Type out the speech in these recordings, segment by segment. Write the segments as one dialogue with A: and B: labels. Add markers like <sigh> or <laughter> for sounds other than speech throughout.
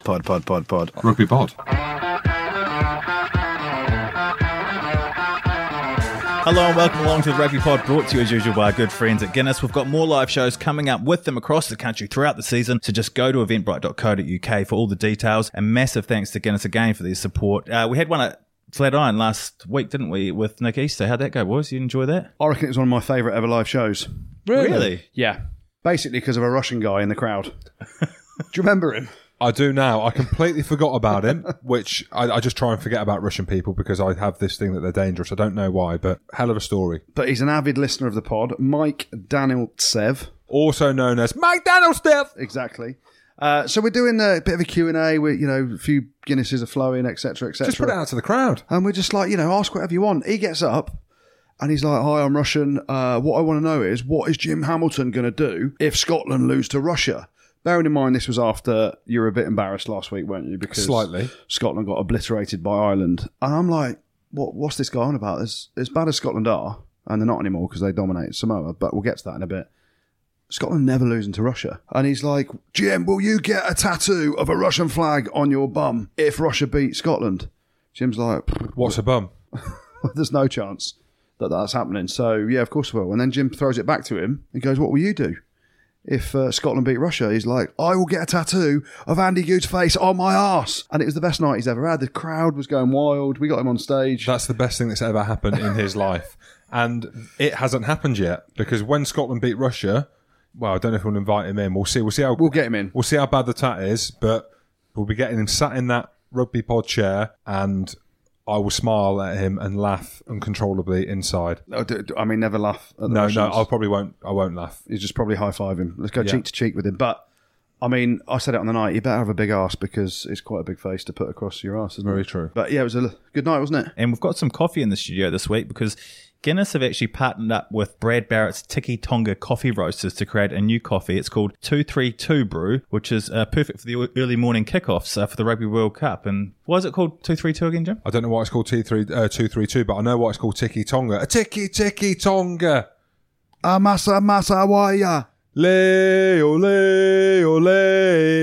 A: Pod, pod, pod, pod.
B: Rugby pod.
A: Hello and welcome along to the Rugby Pod, brought to you as usual by our good friends at Guinness. We've got more live shows coming up with them across the country throughout the season, so just go to eventbrite.co.uk for all the details. And massive thanks to Guinness again for their support. Uh, we had one at Flatiron last week, didn't we, with Nick Easter? How'd that go, boys? You enjoy that?
C: I reckon it was one of my favourite ever live shows.
A: Really?
C: Yeah. Basically because of a Russian guy in the crowd. Do you remember him?
B: I do now. I completely forgot about <laughs> him, which I, I just try and forget about Russian people because I have this thing that they're dangerous. I don't know why, but hell of a story.
C: But he's an avid listener of the pod. Mike Daniltsev.
B: Also known as McDonald's Death.
C: Exactly. Uh, so we're doing a bit of a Q&A. We're, you know, a few Guinnesses are flowing, etc., etc.
B: Just put it out to the crowd.
C: And we're just like, you know, ask whatever you want. He gets up and he's like, Hi, I'm Russian. Uh, what I want to know is, what is Jim Hamilton going to do if Scotland lose to Russia? Bearing in mind, this was after you were a bit embarrassed last week, weren't you? Because
B: Slightly.
C: Scotland got obliterated by Ireland. And I'm like, what, what's this guy on about? As, as bad as Scotland are, and they're not anymore because they dominate Samoa, but we'll get to that in a bit. Scotland never losing to Russia. And he's like, Jim, will you get a tattoo of a Russian flag on your bum if Russia beat Scotland? Jim's like,
B: What's a bum?
C: there's no chance that that's happening. So yeah, of course it will. And then Jim throws it back to him and goes, "What will you do if uh, Scotland beat Russia?" He's like, "I will get a tattoo of Andy Goode's face on my ass." And it was the best night he's ever had. The crowd was going wild. We got him on stage.
B: That's the best thing that's ever happened in his life. And it hasn't happened yet because when Scotland beat Russia, well, I don't know if we'll invite him in. We'll see. We'll see how
C: we'll get him in.
B: we'll see how bad the tat is, but we'll be getting him sat in that rugby pod chair and I will smile at him and laugh uncontrollably inside.
C: Oh, do- do- I mean, never laugh. At the
B: No,
C: Russians.
B: no, I probably won't. I won't laugh.
C: You just probably high five him. Let's go cheek to cheek with him. But I mean, I said it on the night. You better have a big ass because it's quite a big face to put across your ass, isn't
B: Very
C: it?
B: true.
C: But yeah, it was a l- good night, wasn't it?
A: And we've got some coffee in the studio this week because Guinness have actually partnered up with Brad Barrett's Tiki Tonga coffee roasters to create a new coffee. It's called 232 Brew, which is uh, perfect for the early morning kickoffs uh, for the Rugby World Cup. And why is it called 232 again, Jim?
B: I don't know why it's called T three uh, two three two, but I know why it's called Tiki Tonga. A Tiki Tiki Tonga.
C: Amasa, masa, waya.
B: Lay oh, ole ole.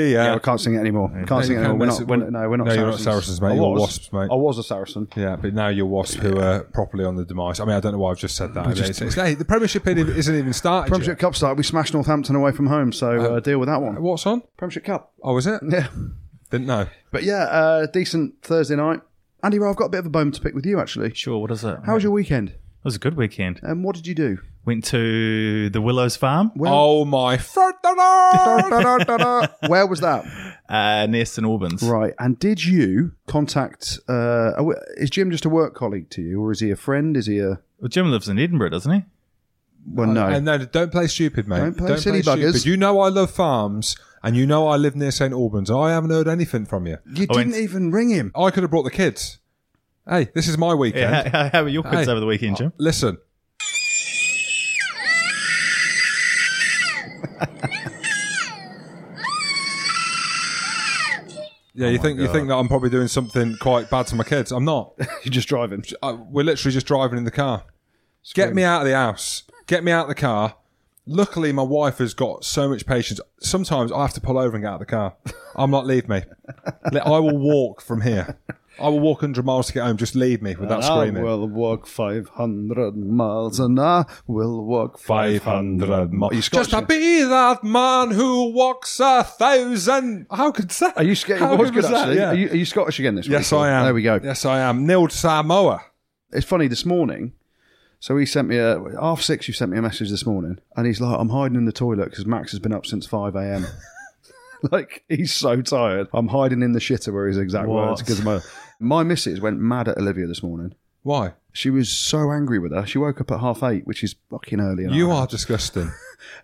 C: Yeah,
B: Yeah.
C: Oh, I can't sing it anymore. Can't sing it
B: you can't
C: anymore. We're
B: mess
C: not,
B: it-
C: we're, no, we're not.
B: No, you're not
C: Saracens.
B: Saracens, mate.
C: I
B: You're
C: was.
B: Wasps, mate.
C: I was a Saracen.
B: Yeah, but now you're Wasp who are properly on the demise. I mean, I don't know why I've just said that. It's- it's- hey, the Premiership isn't even started. yet.
C: Premiership Cup start. We smashed Northampton away from home, so uh,
B: Um,
C: deal with that one.
B: What's on?
C: Premiership Cup.
B: Oh, is it?
C: Yeah,
B: Didn't know.
C: but yeah, uh, decent Thursday night. Andy, Rowe, I've got a bit of a bone to pick with you actually.
A: Sure, what is it?
C: How was your weekend?
A: It was a good weekend.
C: And what did
B: <laughs>
C: you do?
A: Went to the Willows Farm
B: oh my! Ferdinand!
C: Where was that?
A: uh, near St Albans.
C: Right. And did you contact? Uh, a- is Jim just a work colleague to you, or is he a friend? Is he a?
A: Well, Jim lives in Edinburgh, doesn't he?
C: Well, <laughs> no.
B: Uh, And no, don't play stupid, mate.
C: Don't play silly buggers.
B: You know I love farms, and you know I live near St Albans. and I haven't heard anything from you.
C: you
A: I went-
C: didn't even ring him. <laughs>
B: I could have brought the kids. Hey, this is my weekend.
A: Yeah, how, how were your kids
B: Hey.
A: over the weekend, Jim?
B: Listen, yeah,
C: Oh
B: you think you think that I'm probably doing something quite bad to my kids. I'm not.
C: You're just driving.
B: I, we're literally just driving in the car. Get me out of the house. Get me out of the car. Luckily, my wife has got so much patience. Sometimes I have to pull over and get out of the car. I'm like, leave me. Let- I will walk from here. I will walk 100 miles to get home. Just leave me without screaming.
C: I will walk 500 miles and I will walk
B: 500 miles.
C: You
B: Just
C: Scottish?
B: to be that man who walks a thousand. How could that?
C: Are you scared?
B: How
C: That was good,
B: that?
C: actually.
B: Yeah.
C: Are, you, are you Scottish again this week?
B: yes, I am.
C: There we go.
B: Yes, I am. Nilled Samoa.
C: It's funny this morning. So he sent me a half six. You sent me a message this morning, and he's like, "I'm hiding in the toilet because Max has been up since
B: <laughs>
C: five a.m." like he's so tired. I'm hiding in the shitter, were his exact
A: What?
C: words. Because my my missus went mad at Olivia this morning.
B: Why?
C: She was so angry with her. She woke up at half eight, which is fucking early. in our
B: You
C: house.
B: are disgusting.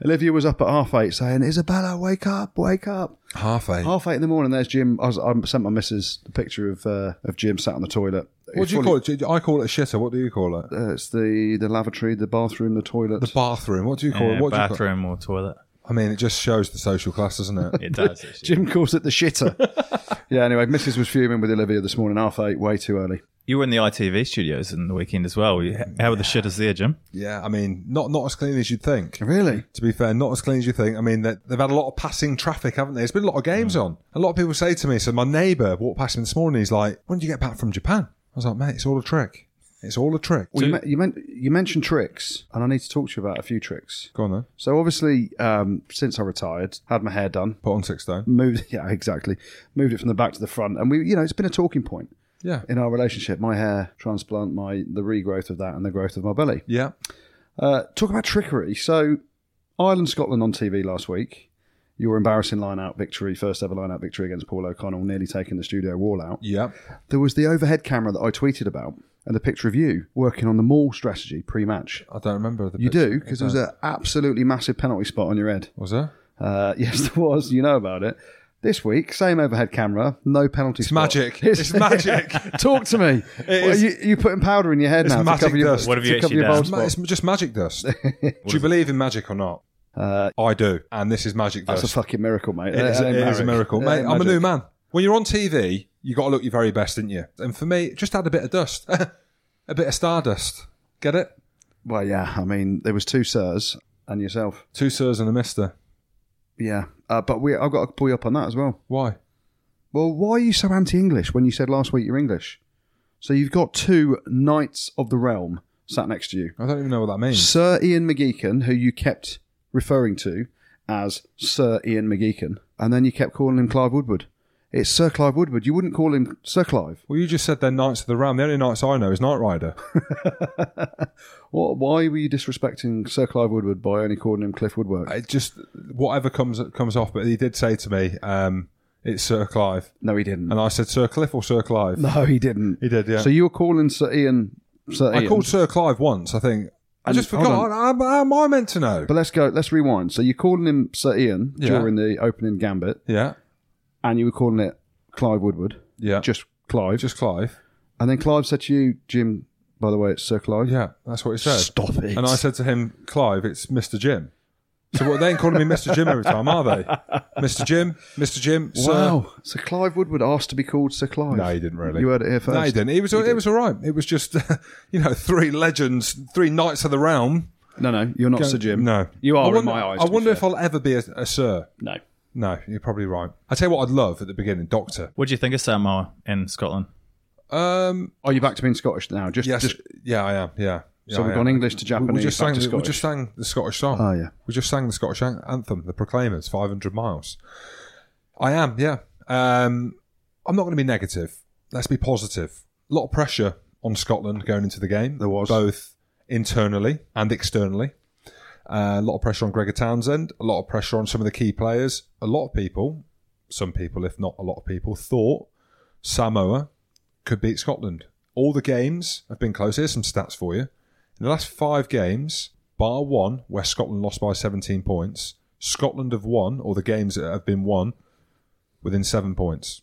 C: Olivia was up at half eight saying, Isabella, wake up, wake up.
B: Half eight.
C: Half eight in the morning, there's Jim. I, was, I sent my missus the picture of uh, of Jim sat on the toilet.
B: What do you call it? I call it a shitter. What do you call it?
C: Uh, it's the, the lavatory, the bathroom, the toilet. <laughs>
B: The bathroom. What do you call
A: Yeah,
B: it? What do you call
A: bathroom or toilet?
B: I mean, it just shows the social class, doesn't
C: <laughs>
B: it?
A: It does. actually.
B: <laughs>
C: Jim calls it the shitter. yeah, anyway, Mrs. was fuming with Olivia this morning, half eight, way too early.
A: You were in the ITV studios in the weekend as well. You- How the shit is there, Jim?
B: Yeah, I mean, not not as clean as you'd think.
C: Really?
B: To be fair, not as clean as you think. I mean, they, they've had a lot of passing traffic, haven't they? There's been a lot of games
C: Mm.
B: on. A lot of people say to me, so my neighbour walked past me this morning. He's like, "When did you get back from Japan?" I was like, "Mate, it's all a trick. It's all a trick."
C: Well, you, me- you, meant, you mentioned tricks, and I need to talk to you about a few tricks.
B: Go on then.
C: So obviously, um, since I retired, had my hair done,
B: Put on six stone.
C: moved <laughs> yeah exactly, moved it from the back to the front, and we you know it's been a talking point
B: Yeah.
C: in our relationship. My hair transplant, my the regrowth of that, and the growth of my belly.
B: Yeah.
C: Uh, talk about trickery. So, Ireland Scotland on TV last week. Your embarrassing line out victory, first ever line out victory against Paul O'Connell, nearly taking the studio wall out.
B: Yeah.
C: There was the overhead camera that I tweeted about and the picture of you working on the mall strategy pre match.
B: I don't remember the
C: You
B: picture.
C: do, because there was an absolutely massive penalty spot on your head.
B: Was there?
C: Uh, <laughs> yes, there was. You know about it. This week, same overhead camera, no penalty
B: It's
C: <laughs>
B: magic. It's magic. <laughs>
C: Talk to me. Well,
B: is-
C: you, you're putting powder in your head now to
B: magic
C: cover your,
B: dust.
A: What have you
C: to cover
A: actually
C: your
A: done?
C: bald
B: It's, ma-
C: spot.
B: it's just magic
C: <laughs>
B: dust. do you believe in magic or not?
C: Uh,
B: I do, and this is magic
C: That's
B: dust.
C: a fucking miracle, mate.
B: It is,
C: That ain't
B: it is a miracle,
C: That
B: mate.
C: ain't
B: I'm a
C: magic.
B: new man. When you're on TV, you got to look your very best, didn't you? And for me, just add a bit of dust, <laughs> a bit of stardust. Get it?
C: Well, yeah. I mean, there was two sirs and yourself.
B: Two sirs and a mister.
C: Yeah, uh, but we I've got to pull you up on that as well.
B: Why?
C: Well, why are you so anti-English when you said last week you're English? So you've got two knights of the realm sat next to you,
B: I don't even know what that means.
C: Sir Ian McGeechan, who you kept referring to as Sir Ian McGeechan, and then you kept calling him Clive Woodward. It's Sir Clive Woodward. You wouldn't call him Sir Clive.
B: Well, you just said they're Knights of the Ram. The only Knights I know is Knight Rider.
C: What? Why were you disrespecting Sir Clive Woodward by only calling him Cliff Woodwork?
B: It just whatever comes comes off. But he did say to me, um, "It's Sir Clive,"
C: no, he didn't.
B: and I said, "Sir Cliff or Sir Clive?"
C: <laughs> No, he didn't.
B: He did, yeah.
C: So you were calling Sir Ian. Sir
B: I
C: Ian.
B: called Sir Clive once. I think I
C: And-
B: just
C: hold
B: forgot. How, how am I meant to know?
C: But let's go. Let's rewind. So you're calling him Sir Ian
B: Yeah.
C: during the opening gambit,
B: yeah,
C: and you were calling it Clive Woodward,
B: yeah, just,
C: just Clive.
B: just Clive.
C: And then Clive said to you, Jim. By the way, it's Sir Clive.
B: Yeah, that's what he said.
C: Stop it.
B: And I said to him, Clive, it's Mr. Jim. So what, they ain't calling me Mr. Jim every time, are they?
C: <laughs>
B: Mr. Jim, Mr. Jim,
C: uh,
B: sir.
C: Wow. So Clive Woodward asked to be called Sir Clive.
B: No, he didn't really.
C: You heard it here first.
B: No, he didn't. It was, it was all right. It was just, <laughs> you know, three legends, three knights of the realm.
C: No, no, you're not Sir Jim.
B: No.
C: you are
B: I wonder,
C: in my eyes.
B: I
C: to be
B: wonder
C: fair.
B: if I'll ever be a, a sir.
C: no.
B: No, you're probably right. I tell you what I'd love at the beginning, Doctor.
A: What do you think of Samoa in Scotland?
B: Um,
C: Are you back to being Scottish now? Just,
B: yes.
C: just
B: yeah, I am. Yeah. Yeah, I
C: so we've
B: am.
C: gone English to
B: We-
C: Japanese.
B: We just,
C: back
B: sang,
C: to
B: the- we
C: Scottish.
B: just sang the Scottish song.
C: Oh, yeah.
B: We just sang the Scottish an- anthem, The Proclaimers, 500 Miles. I am, yeah. Um, I'm not going to be negative. Let's be positive. A lot of pressure on Scotland going into the game.
C: There was.
B: Both internally and externally. Uh, a lot of pressure on Gregor Townsend, a lot of pressure on some of the key players. A lot of people, some people, if not a lot of people, thought Samoa could beat Scotland. All the games have been close. Here's some stats for you. In the last five games, bar one, where Scotland lost by 17 points, Scotland have won, or the games that have been won, within seven points.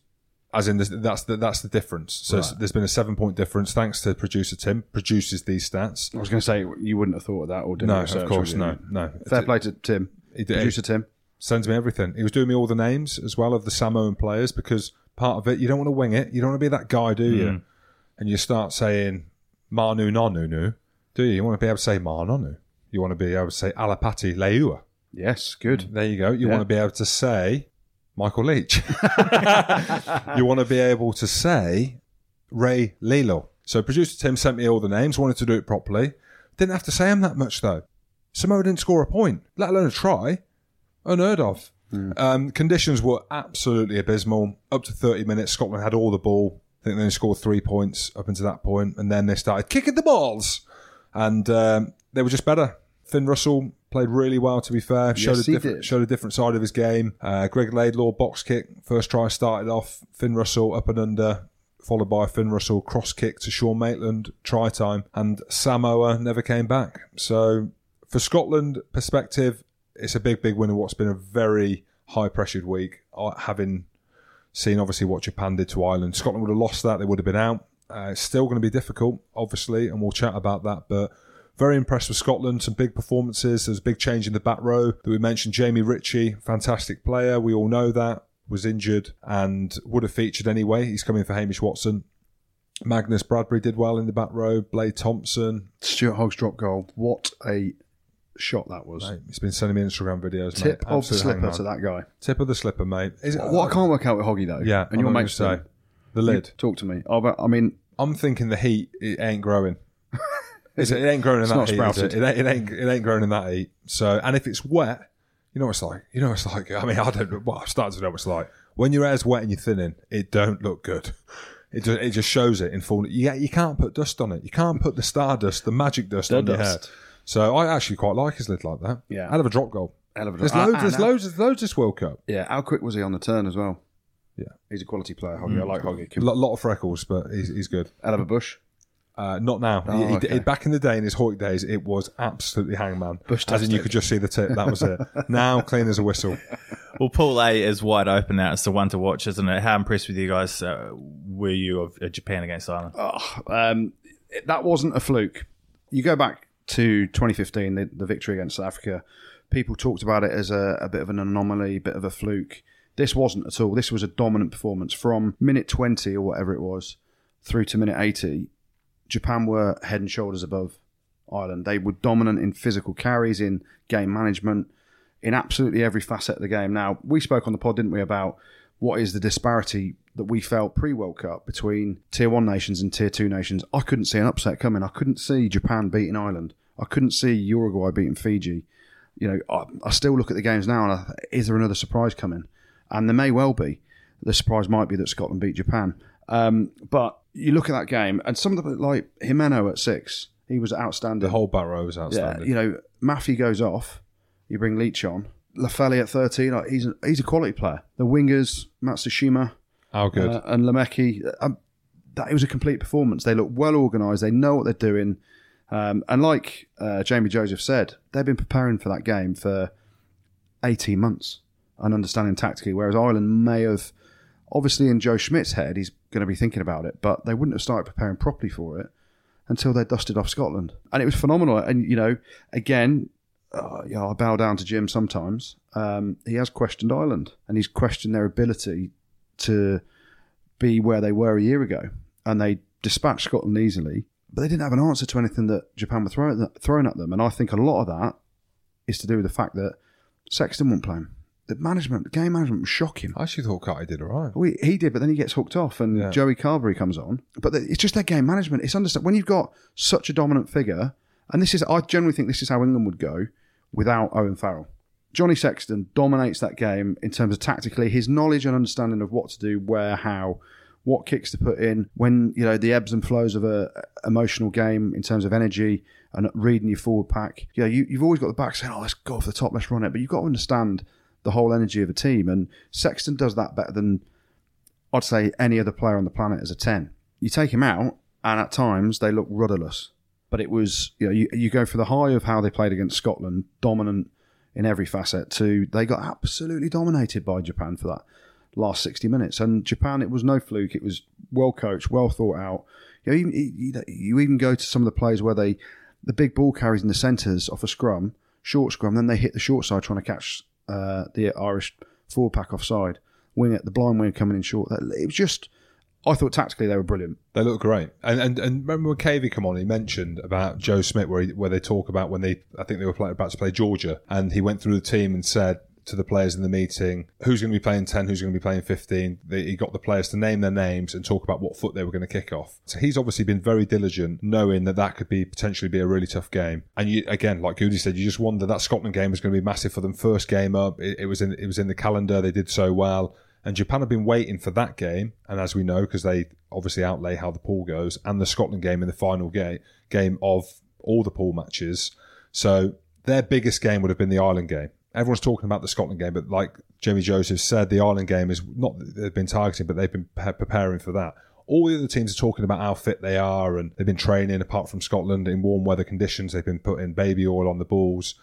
B: As in, this, that's the, that's the difference. So it's- there's been a seven point difference thanks to producer Tim, produces these stats.
C: I was going to say you wouldn't have thought of that, or didn't
B: No,
C: you,
B: of
C: Sir,
B: course,
C: would you?
B: no, no.
C: Fair play to Tim,
B: He did-
C: producer Tim.
B: sends me everything. He was doing me all the names as well of the Samoan players because part of it, you don't want to wing it. You don't want to be that guy, do you? And you start saying Manu Nanunu, do you? You want to be able to say Manonu. You want to be able to say Alapati Leua.
C: Yes, good.
B: There you go. You
C: Yeah.
B: want to be able to say Michael Leach. <laughs> you want to be able to say Ray Lilo. So producer Tim sent me all the names, wanted to do it properly. Didn't have to say them that much though. Samoa didn't score a point, let alone a try. Unheard of. Um, conditions were absolutely abysmal. Up to 30 minutes, Scotland had all the ball. I think they only scored three points up until that point, and then they started kicking the balls, and um, they were just better. Finn Russell played really well, to be fair. Showed,
C: Yes,
B: a,
C: he
B: different,
C: did.
B: showed a different side of his game. Uh, Greg Laidlaw, box kick, first try started off. Finn Russell up and under, followed by a Finn Russell cross kick to Sean Maitland, try time, and Samoa never came back. So, for Scotland perspective, it's a big, big win in what's been a very high pressured week. Uh, Having seen obviously what Japan did to Ireland, Scotland would have lost that, they would have been out. Uh, it's still going to be difficult, obviously, and we'll chat about that, but. Very impressed with Scotland. Some big performances. There's a big change in the back row that we mentioned. Jamie Ritchie, fantastic player. We all know that was injured and would have featured anyway. He's coming for Hamish Watson. Magnus Bradbury did well in the back row. Blade Thompson.
C: Stuart Hogg's drop goal. What a shot that was.
B: Mate, he's been sending me Instagram videos.
C: Tip
B: mate.
C: of the
B: Absolute
C: slipper
B: hangman.
C: to that guy.
B: Tip of the slipper, mate. Is it,
C: What I can't work out with Hoggy though.
B: Yeah,
C: and
B: I know
C: your
B: what
C: mate
B: you say.
C: say.
B: The lid.
C: Talk to me. Oh, but, I mean,
B: I'm thinking the heat it ain't
C: <laughs>
B: growing. Is it, it ain't growing in that
C: not
B: heat. is It?
C: sprouted.
B: It, ain't, it ain't it ain't growing in that heat. So and if it's wet, you know what it's like. You know what it's like. I mean, <laughs> I don't. know- Well, I've started to know what it's like. When your hair's wet and you're thinning, it don't look good. <laughs> It just, it just shows it in full. Yeah, you can't put dust on it. You can't put the stardust, the magic dust on your hair.
C: dust.
B: So I actually quite like his lid like that.
C: Yeah.
B: I'd have a drop goal.
C: hell of a
B: There's
C: Ah,
B: loads.
C: ah,
B: There's
C: no.
B: loads. There's loads this World Cup.
C: Yeah, how quick was he on the turn as well?
B: Yeah.
C: he's a quality player. Hoggy, I like Hoggy.
B: A lot, lot of freckles, but he's, he's good.
C: Hell of a bush.
B: Uh, not now.
C: Oh,
B: He- he-
C: okay.
B: back in the day, in his Hawk days, it was absolutely hangman.
C: Bush
B: As in, you
C: tastic.
B: could just see the tip. That was
C: <laughs>
B: it. now, clean as a whistle.
A: Well, Pool A is wide open now. It's the one to watch, isn't it? How impressed with you guys uh, were you of uh, Japan against Ireland?
C: Oh, um, it- that wasn't a fluke. You go back to 2015, the, the victory against South Africa. People talked about it as a, a bit of an anomaly, bit of a fluke. This wasn't at all. This was a dominant performance from minute 20 or whatever it was through to minute 80. Japan were head and shoulders above Ireland. They were dominant in physical carries, in game management, in absolutely every facet of the game. Now, we spoke on the pod, didn't we, about what is the disparity that we felt pre World Cup between tier one nations and tier two nations. I couldn't see an upset coming. I couldn't see Japan beating Ireland. I couldn't see Uruguay beating Fiji. You know, I, I still look at the games now and I, is there another surprise coming? And there may well be. The surprise might be that Scotland beat Japan. Um, but you look at that game and some of the, like Jimeno at six, he was outstanding.
B: The whole back row was
C: Yeah,
B: outstanding.
C: you know, Maffey goes off. You bring Leach on. Lafeli at 13, like, he's a, he's a quality player. The wingers, Matsushima
B: How good.
C: uh, and Lamecki, um, that it was a complete performance. They look well organised. They know what they're doing. Um, and like uh, Jamie Joseph said, they've been preparing for that game for 18 months and understanding tactically, whereas Ireland may have, obviously in Joe Schmidt's head, he's going to be thinking about it, but they wouldn't have started preparing properly for it until they dusted off Scotland. And it was phenomenal. And, you know, again, uh, you know, I bow down to Jim sometimes. Um, he has questioned Ireland and he's questioned their ability to be where they were a year ago. And they dispatched Scotland easily, but they didn't have an answer to anything that Japan were throwing, throwing at them. And I think a lot of that is to do with the fact that Sexton won't play him. The management, the game management was shocking.
B: I actually thought Carty did all right.
C: We, he did, but then he gets hooked off, and
B: Yeah.
C: Joey Carberry comes on. But the, it's just their game management. It's understand when you've got such a dominant figure, and this is I generally think this is how England would go without Owen Farrell. Johnny Sexton dominates that game in terms of tactically his knowledge and understanding of what to do, where, how, what kicks to put in when you know the ebbs and flows of a a emotional game in terms of energy and reading your forward pack. You know, you, you've always got the back saying, "Oh, let's go for the top, let's run it," but you've got to understand the whole energy of a team, and Sexton does that better than I'd say any other player on the planet as a 10. You take him out, and at times they look rudderless. But it was, you know, you, you go for the high of how they played against Scotland, dominant in every facet, to they got absolutely dominated by Japan for that last 60 minutes. And Japan, it was no fluke. It was well coached, well thought out. You, know, even, you, you even go to some of the plays where they, the big ball carries in the centres off a scrum, short scrum, then they hit the short side trying to catch uh, the Irish forward pack offside. Wing it, the blind wing coming in short. That- It was just, I thought tactically they were brilliant.
B: They look great. And, and and remember when Cavey come on, he mentioned about Joe Smith, where he, where they talk about when they, I think they were play, about to play Georgia, and he went through the team and said to the players in the meeting, who's going to be playing 10, who's going to be playing 15. They, he got the players to name their names and talk about what foot they were going to kick off. So he's obviously been very diligent, knowing that that could be potentially be a really tough game. And you, again, like Goody said, you just wonder that Scotland game was going to be massive for them. First game up, it, it was in it was in the calendar. They did so well. And Japan have been waiting for that game, and as we know, because they obviously outlay how the pool goes, and the Scotland game in the final game game of all the pool matches. So their biggest game would have been the Ireland game. Everyone's talking about the Scotland game, but like Jamie Joseph said, the Ireland game is not that they've been targeting, but they've been pe- preparing for that. All the other teams are talking about how fit they are, and they've been training. Apart from Scotland, in warm weather conditions, they've been putting baby oil on the balls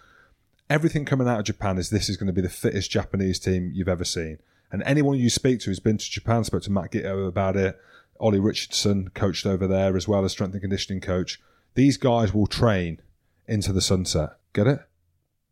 B: everything coming out of Japan is this is going to be the fittest Japanese team you've ever seen. And anyone you speak to who's been to Japan, spoke to Matt Gitto about it, Ollie Richardson coached over there as well as strength and conditioning coach. These guys will train into the sunset. Get it?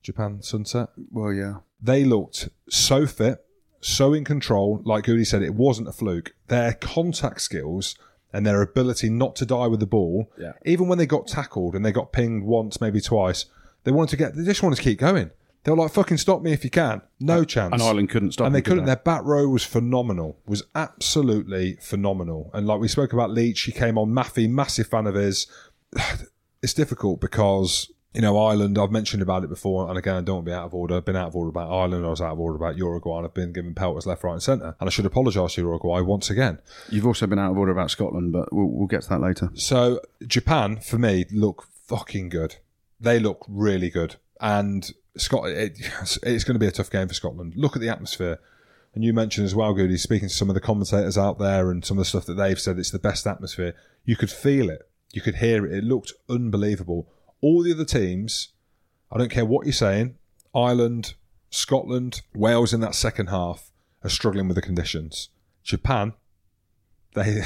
B: Japan sunset
C: Well, yeah.
B: they looked so fit, so in control. Like Goody said, it wasn't a fluke. Their contact skills and their ability not to die with the ball,
C: Yeah.
B: even when they got tackled and they got pinged once, maybe twice, they wanted to get. They just wanted to keep going. They were like, "Fucking stop me if you can." No chance.
C: And Ireland couldn't stop
B: And they
C: them, could
B: couldn't.
C: they?
B: Their back row was phenomenal. Was absolutely phenomenal. And like we spoke about Leach, he came on. Maffey, massive fan of his. <sighs> It's difficult because you know Ireland. I've mentioned about it before, and again, I don't want to be out of order. I've been out of order about Ireland. I was out of order about Uruguay. And I've been given pelters left, right, and centre. And I should apologise to Uruguay once again.
C: You've also been out of order about Scotland, but we'll, we'll get to that later.
B: So Japan for me look fucking good. They look really good, and Scotland. It, <laughs> it's going to be a tough game for Scotland. Look at the atmosphere, and you mentioned as well, Goody, speaking to some of the commentators out there and some of the stuff that they've said. It's the best atmosphere. You could feel it. You could hear it. It looked unbelievable. All the other teams, I don't care what you're saying. Ireland, Scotland, Wales in that second half are struggling with the conditions. Japan, they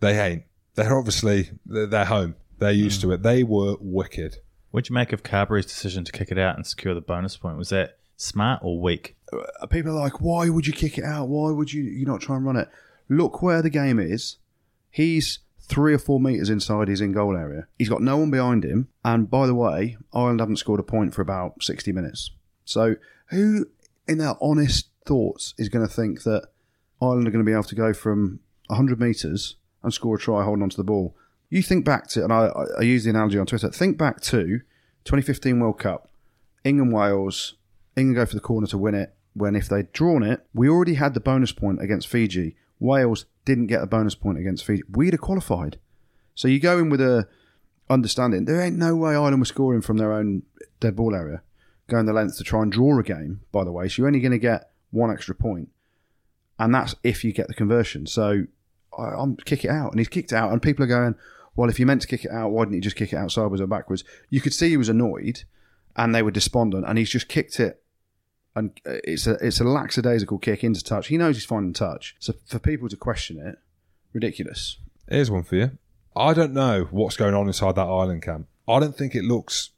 B: they ain't. They're obviously they're, they're home. They're used
C: Mm.
B: to it. They were wicked.
A: What'd you make of Carberry's decision to kick it out and secure the bonus point? Was that smart or weak?
C: Uh, People are like, why would you kick it out? Why would you you not try and run it? Look where the game is. He's three or four metres inside his in goal area. He's got no one behind him. And by the way, Ireland haven't scored a point for about 60 minutes. So who in their honest thoughts is going to think that Ireland are going to be able to go from 100 metres and score a try holding onto the ball? You think back to, and I, I- I use the analogy on Twitter, think back to 2015 World Cup. England Wales, England go for the corner to win it. When if they'd drawn it, we already had the bonus point against Fiji. Wales didn't get a bonus point against Fiji. We'd have qualified. So you go in with a understanding there ain't no way Ireland was scoring from their own dead ball area, going the length to try and draw a game. By the way, so you're only going to get one extra point, and that's if you get the conversion. So I, I'm kick it out, and he's kicked it out, and people are going, "Well, if you meant to kick it out, why didn't you just kick it out sideways or backwards?" You could see he was annoyed and they were despondent, and he's just kicked it. And uh, it's a it's a lackadaisical kick into touch. He knows he's finding touch. So for people to question it, ridiculous.
B: Here's one for you. I don't know what's going on inside that island camp. I don't think it looks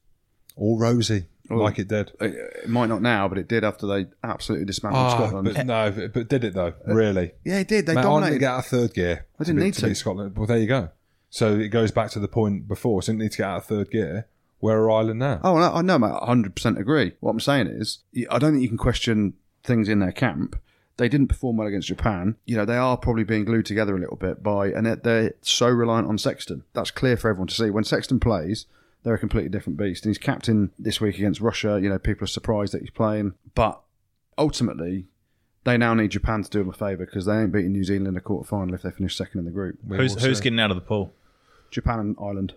B: all rosy
C: Oh.
B: like it did.
C: It, Uh, it might not now, but it did after they absolutely dismantled
B: Ah,
C: Scotland.
B: but no, but- but did it though? Really?
C: yeah, it did. Eh. They
B: Mate, Ireland didn't
C: dominated.
B: get out of third gear.
C: They didn't
B: beat-
C: need to.
B: beat Scotland. Well, there you go. So it goes back to the point before. So didn't need to get out of third gear. Where are Ireland now?
C: Oh, no, I know, mate. 100% agree. What I'm saying is, y- I don't think you can question things in their camp. They didn't perform well against Japan. You know, they are probably being glued together a little bit by, and they're, they're so reliant on Sexton. That's clear for everyone to see. When Sexton plays, they're a completely different beast. And he's captain this week against Russia. You know, people are surprised that he's playing. But ultimately, they now need Japan to do them a favour because they ain't beating New Zealand in the quarter final if they finish second in the group.
B: We will
A: Who's, who's
B: see.
A: getting out of the pool?
C: Japan and Ireland.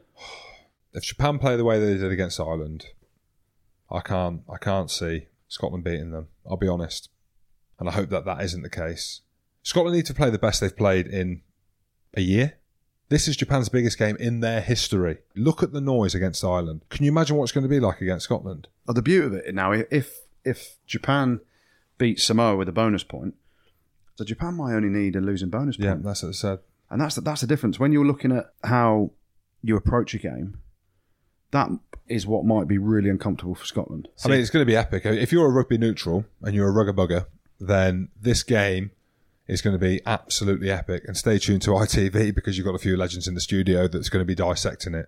B: if Japan play the way they did against Ireland, I can't I can't see Scotland beating them. I'll be honest, and I hope that that isn't the case. Scotland need to play the best they've played in a year. This is Japan's biggest game in their history. Look at the noise against Ireland. Can you imagine what it's going to be like against Scotland?
C: Oh, the beauty of it now, if if Japan beats Samoa with a bonus point, so Japan might only need a losing bonus point,
B: Yeah, that's what I said.
C: and that's the, that's the difference when you're looking at how you approach a game. That is what might be really uncomfortable for Scotland.
B: I mean, it's going to be epic. If you're a rugby neutral and you're a rugger bugger, then this game is going to be absolutely epic. And stay tuned to ITV because you've got a few legends in the studio that's going to be dissecting it.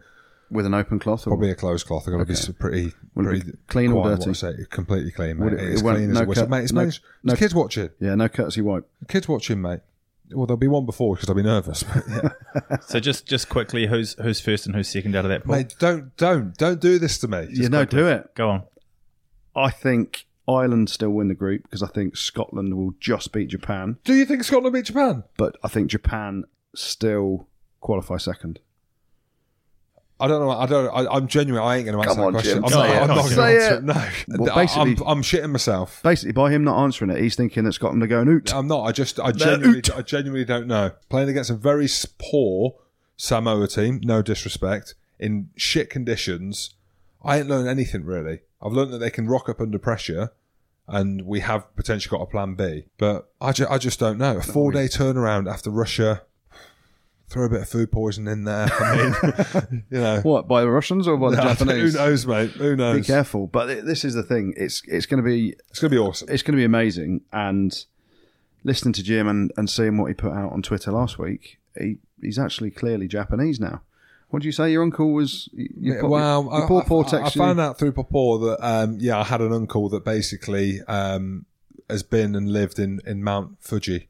C: With an open cloth, or
B: Probably a closed cloth. They're going to be s- pretty,
C: Will it be
B: pretty
C: clean or
B: quiet in what
C: dirty?
B: I say. Completely clean, mate.
C: Would it-
B: it's
C: it won't-
B: clean as a
C: no
B: whistle,
C: cut-
B: mate. It's,
C: no-
B: mate, it's
C: no-
B: kids watching.
C: yeah, no courtesy wipe.
B: Kids watching, mate. Well, there'll be one before because I'll be nervous. <laughs> But yeah.
A: So just just quickly, who's who's first and who's second out of that pool?
B: mate, don't, don't, don't do this to me.
C: yeah, no, do it.
A: Go on.
C: I think Ireland still win the group because I think Scotland will just beat Japan,
B: Do you think Scotland beat Japan?
C: but I think Japan still qualify second.
B: I don't know. I don't. I, I'm genuine. I ain't going to answer
C: Come
B: that
C: on,
B: question.
C: Jim.
B: I'm,
A: Say
B: not,
A: it.
B: I'm not going
C: Say
B: to answer
C: it.
B: it. No.
C: Well,
B: I-
C: basically-
B: I'm, I'm shitting myself.
C: Basically, by him not answering it, he's thinking that Scotland are going oot.
B: I'm not. I just, I genuinely, I genuinely don't know. Playing against a very s- poor Samoa team, no disrespect, in shit conditions, I ain't learned anything really. I've learned that they can rock up under pressure, and we have potentially got a plan B. But I, ju- I just don't know. A four day turnaround after Russia, throw a bit of food poison in there. I mean, <laughs> you know,
C: What by the Russians or by the
B: who
C: Japanese?
B: knows, mate? Who
C: Be
B: knows?
C: careful. But it- this is the thing. It's it's going to be
B: It's gonna be awesome.
C: it's going to be amazing. And listening to Jim and, and seeing what he put out on Twitter last week, he, he's actually clearly Japanese now. What do you say? Your uncle was y- your,
B: Yeah,
C: pop-
B: well,
C: your,
B: I,
C: your poor
B: I-
C: poor
B: I-
C: text.
B: I found out through Papaw that um, yeah, I had an uncle that basically um, has been and lived in, in Mount Fuji.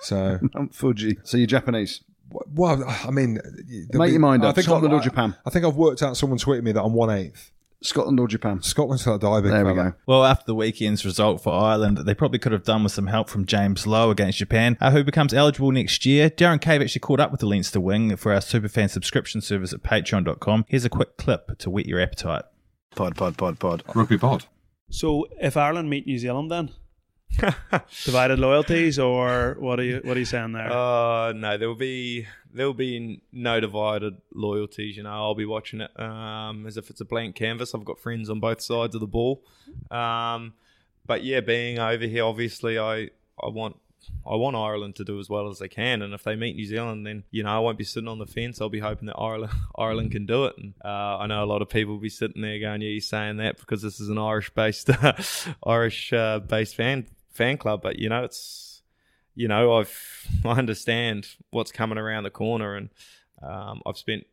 B: So,
C: I'm Fuji. So you're Japanese.
B: well, I mean, there'll
C: Make your mind up, Scotland
B: I've-
C: or Japan?
B: I think I've worked out. Someone tweeted me that I'm one eighth.
C: Scotland or Japan?
B: Scotland's got a diving.
C: There we
B: fella.
C: go.
A: Well, after the weekend's result for Ireland, they probably could have done with some help from James Lowe against Japan, uh, who becomes eligible next year. Darren Cave actually caught up with the Leinster wing for our superfan subscription service at patreon.com. Here's a quick clip to whet your appetite.
C: Pod, pod, pod, pod.
B: Rugby pod.
D: So if Ireland meet New Zealand, then divided loyalties, or what are you what are you saying there?
E: Uh, no, there'll be there'll be no divided loyalties. You know, I'll be watching it um, as if it's a blank canvas. I've got friends on both sides of the ball. Um, but yeah, being over here, obviously, I I want. I want Ireland to do as well as they can, and if they meet New Zealand, then you know I won't be sitting on the fence. I'll be hoping that Ireland <laughs> Ireland can do it. And uh, I know a lot of people will be sitting there going, "Yeah, you're saying that because this is an Irish-based <laughs> Irish-based fan fan club," but you know it's you know, I've <laughs> I understand what's coming around the corner, and um, I've spent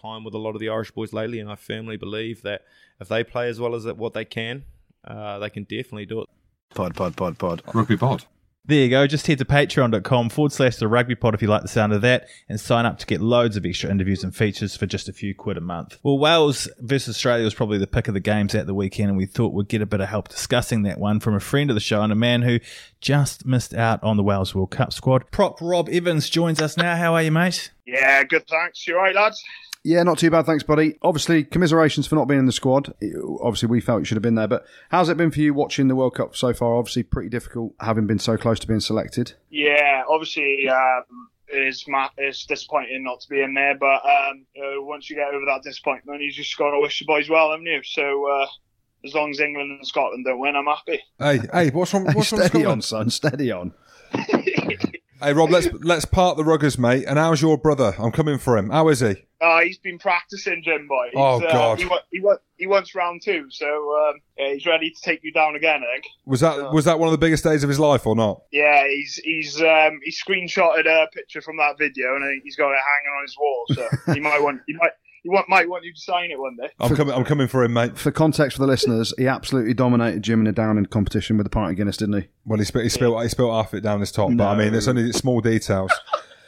E: time with a lot of the Irish boys lately, and I firmly believe that if they play as well as what they can, uh, they can definitely do it.
C: Pod, pod, pod, pod.
B: Rugby pod.
A: There you go. Just head to patreon.com forward slash the rugby pod if you like the sound of that and sign up to get loads of extra interviews and features for just a few quid a month. Well, Wales versus Australia was probably the pick of the games at the weekend, and we thought we'd get a bit of help discussing that one from a friend of the show and a man who just missed out on the Wales World Cup squad. Prop Rob Evans joins us now. How are you, mate?
F: Yeah, good. Thanks. You all right, lads?
C: Yeah, not too bad, thanks, buddy. Obviously, commiserations for not being in the squad. It- Obviously, we felt you should have been there. But how's it been for you watching the World Cup so far? Obviously, pretty difficult having been so close to being selected.
F: Yeah, obviously, um, it's ma- it's disappointing not to be in there, but um, uh, once you get over that disappointment, you just got to wish the boys well, haven't you? So uh, as long as England and Scotland don't win, I'm happy.
B: Hey, hey, what's
C: <laughs>
B: wrong? What's wrong? with
C: steady on,
B: Scotland?
C: son. Steady on.
F: <laughs>
B: Hey, Rob, let's let's part the ruggers, mate. And how's your brother? I'm coming for him. How is he?
F: Uh, he's been practicing, Jim boy. He's,
B: Oh, God.
F: Uh, he, wa- he, wa- he wants round two, so um, yeah, he's ready to take you down again. I think.
B: Was that was that one of the biggest days of his life or not?
F: Yeah, he's he's um, he screenshotted a picture from that video, and I think he's got it hanging on his wall. <laughs> So he might want he might he want, might want you to sign it one day.
B: I'm coming. I'm coming for him, mate.
C: For context for the listeners, he absolutely dominated Jim in a down in competition with the pint of Guinness, didn't he?
B: Well, he spilled he spilled, he spilled half it down his top, but I mean, it's only small details.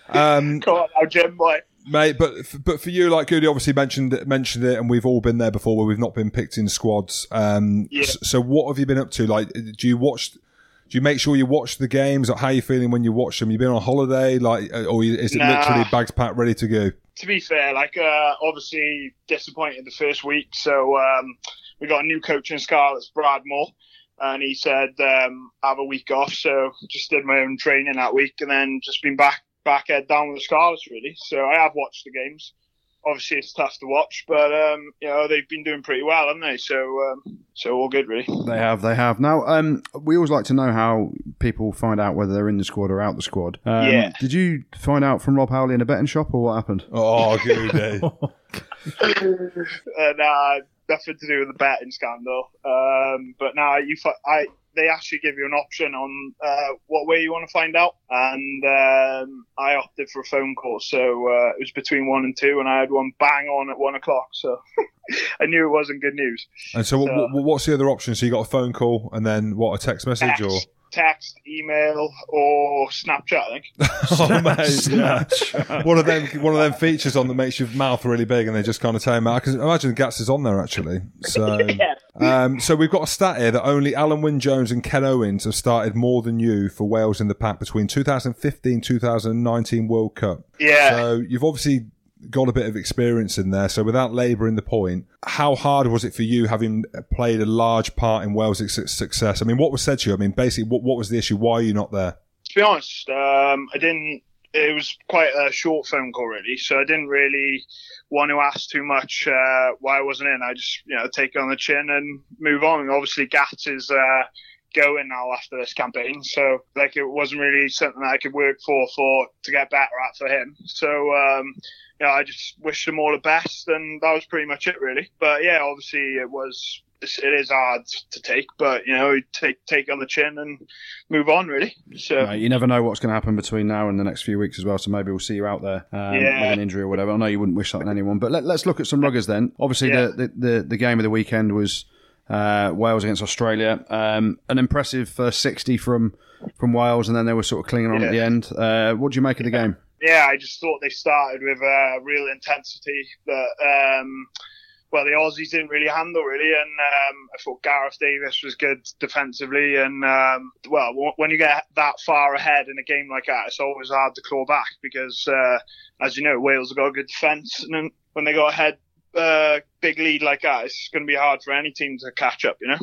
B: Um,
F: Come on, now, Jim boy.
B: mate. But f- but for you, like Goody obviously mentioned it, mentioned it, and we've all been there before where we've not been picked in squads. Um,
F: Yeah.
B: s- so what have you been up to? Like, do you watch? Do you make sure you watch the games? Or how are you feeling when you watch them? You been on holiday, like, uh, or you- is it
F: Nah.
B: literally bags packed, ready to go?
F: to be fair, like uh, obviously disappointed the first week. So um, we got a new coach in Scarlett's, Brad Moore, and he said um, have a week off. So just did my own training that week, and then just been back back head down with the Scarlets really. So I have watched the games. Obviously, it's tough to watch, but um, you know they've been doing pretty well, haven't they? So um, so all good really.
C: They have, they have. Now, um, we always like to know how people find out whether they're in the squad or out the squad. Um,
F: Yeah.
C: Did you find out from Rob Howley in a betting shop or what happened?
B: Oh, Goody.
F: uh, nah, nothing to do with the betting scandal. Um, but now nah, you, fi- I, they actually give you an option on uh, what way you want to find out, and um, I opted for a phone call. So uh, it was between one and two, and I had one bang on at one o'clock. So <laughs> I knew it wasn't good news.
B: <laughs> and so, what, what, what's the other option? So you got a phone call, and then what? A text message or?
F: Text, text, email, or Snapchat. I think.
B: Oh, mate, yeah. one of them, one of them features on that makes your mouth really big, and they just kind of tell him. I can imagine Gats is on there actually. So, um, so we've got a stat here that only Alan Wynne Jones and Ken Owens have started more than you for Wales in the pack between 2015 2019 World Cup.
F: Yeah.
B: So you've obviously got a bit of experience in there. So without labouring the point, how hard was it for you having played a large part in Wales' su- success? I mean, what was said to you? I mean, basically, what, what was the issue? Why are you not there?
F: to be honest, um, I didn't. It was quite a short phone call, really. So I didn't really want to ask too much uh, why I wasn't in. I just, you know, take it on the chin and move on. And obviously, Gats is uh, going now after this campaign. So like it wasn't really something I could work for for to get better at for him. So um, yeah, I just wished them all the best, and that was pretty much it really. But yeah, obviously it was it's- it is hard to take, but you know take take on the chin and move on really. So.
C: Mate, you never know what's going to happen between now and the next few weeks as well. So maybe we'll see you out there um,
F: Yeah.
C: with an injury or whatever. I know you wouldn't wish that on anyone, but let, us look at some ruggers then. Obviously,
F: Yeah.
C: the, the, the the game of the weekend was uh, Wales against Australia. Um, an impressive first sixty from from Wales, and then they were sort of clinging on at the
F: Yeah.
C: end. Uh, what do you make of the game?
F: yeah, I just thought they started with uh, real intensity that um, well the Aussies didn't really handle really, and um, I thought Gareth Davis was good defensively, and um, well w- when you get that far ahead in a game like that, it's always hard to claw back because uh, as you know Wales have got a good defence, and then when they go ahead. Uh, big lead like that, it's going to be hard for any team to catch up, you know.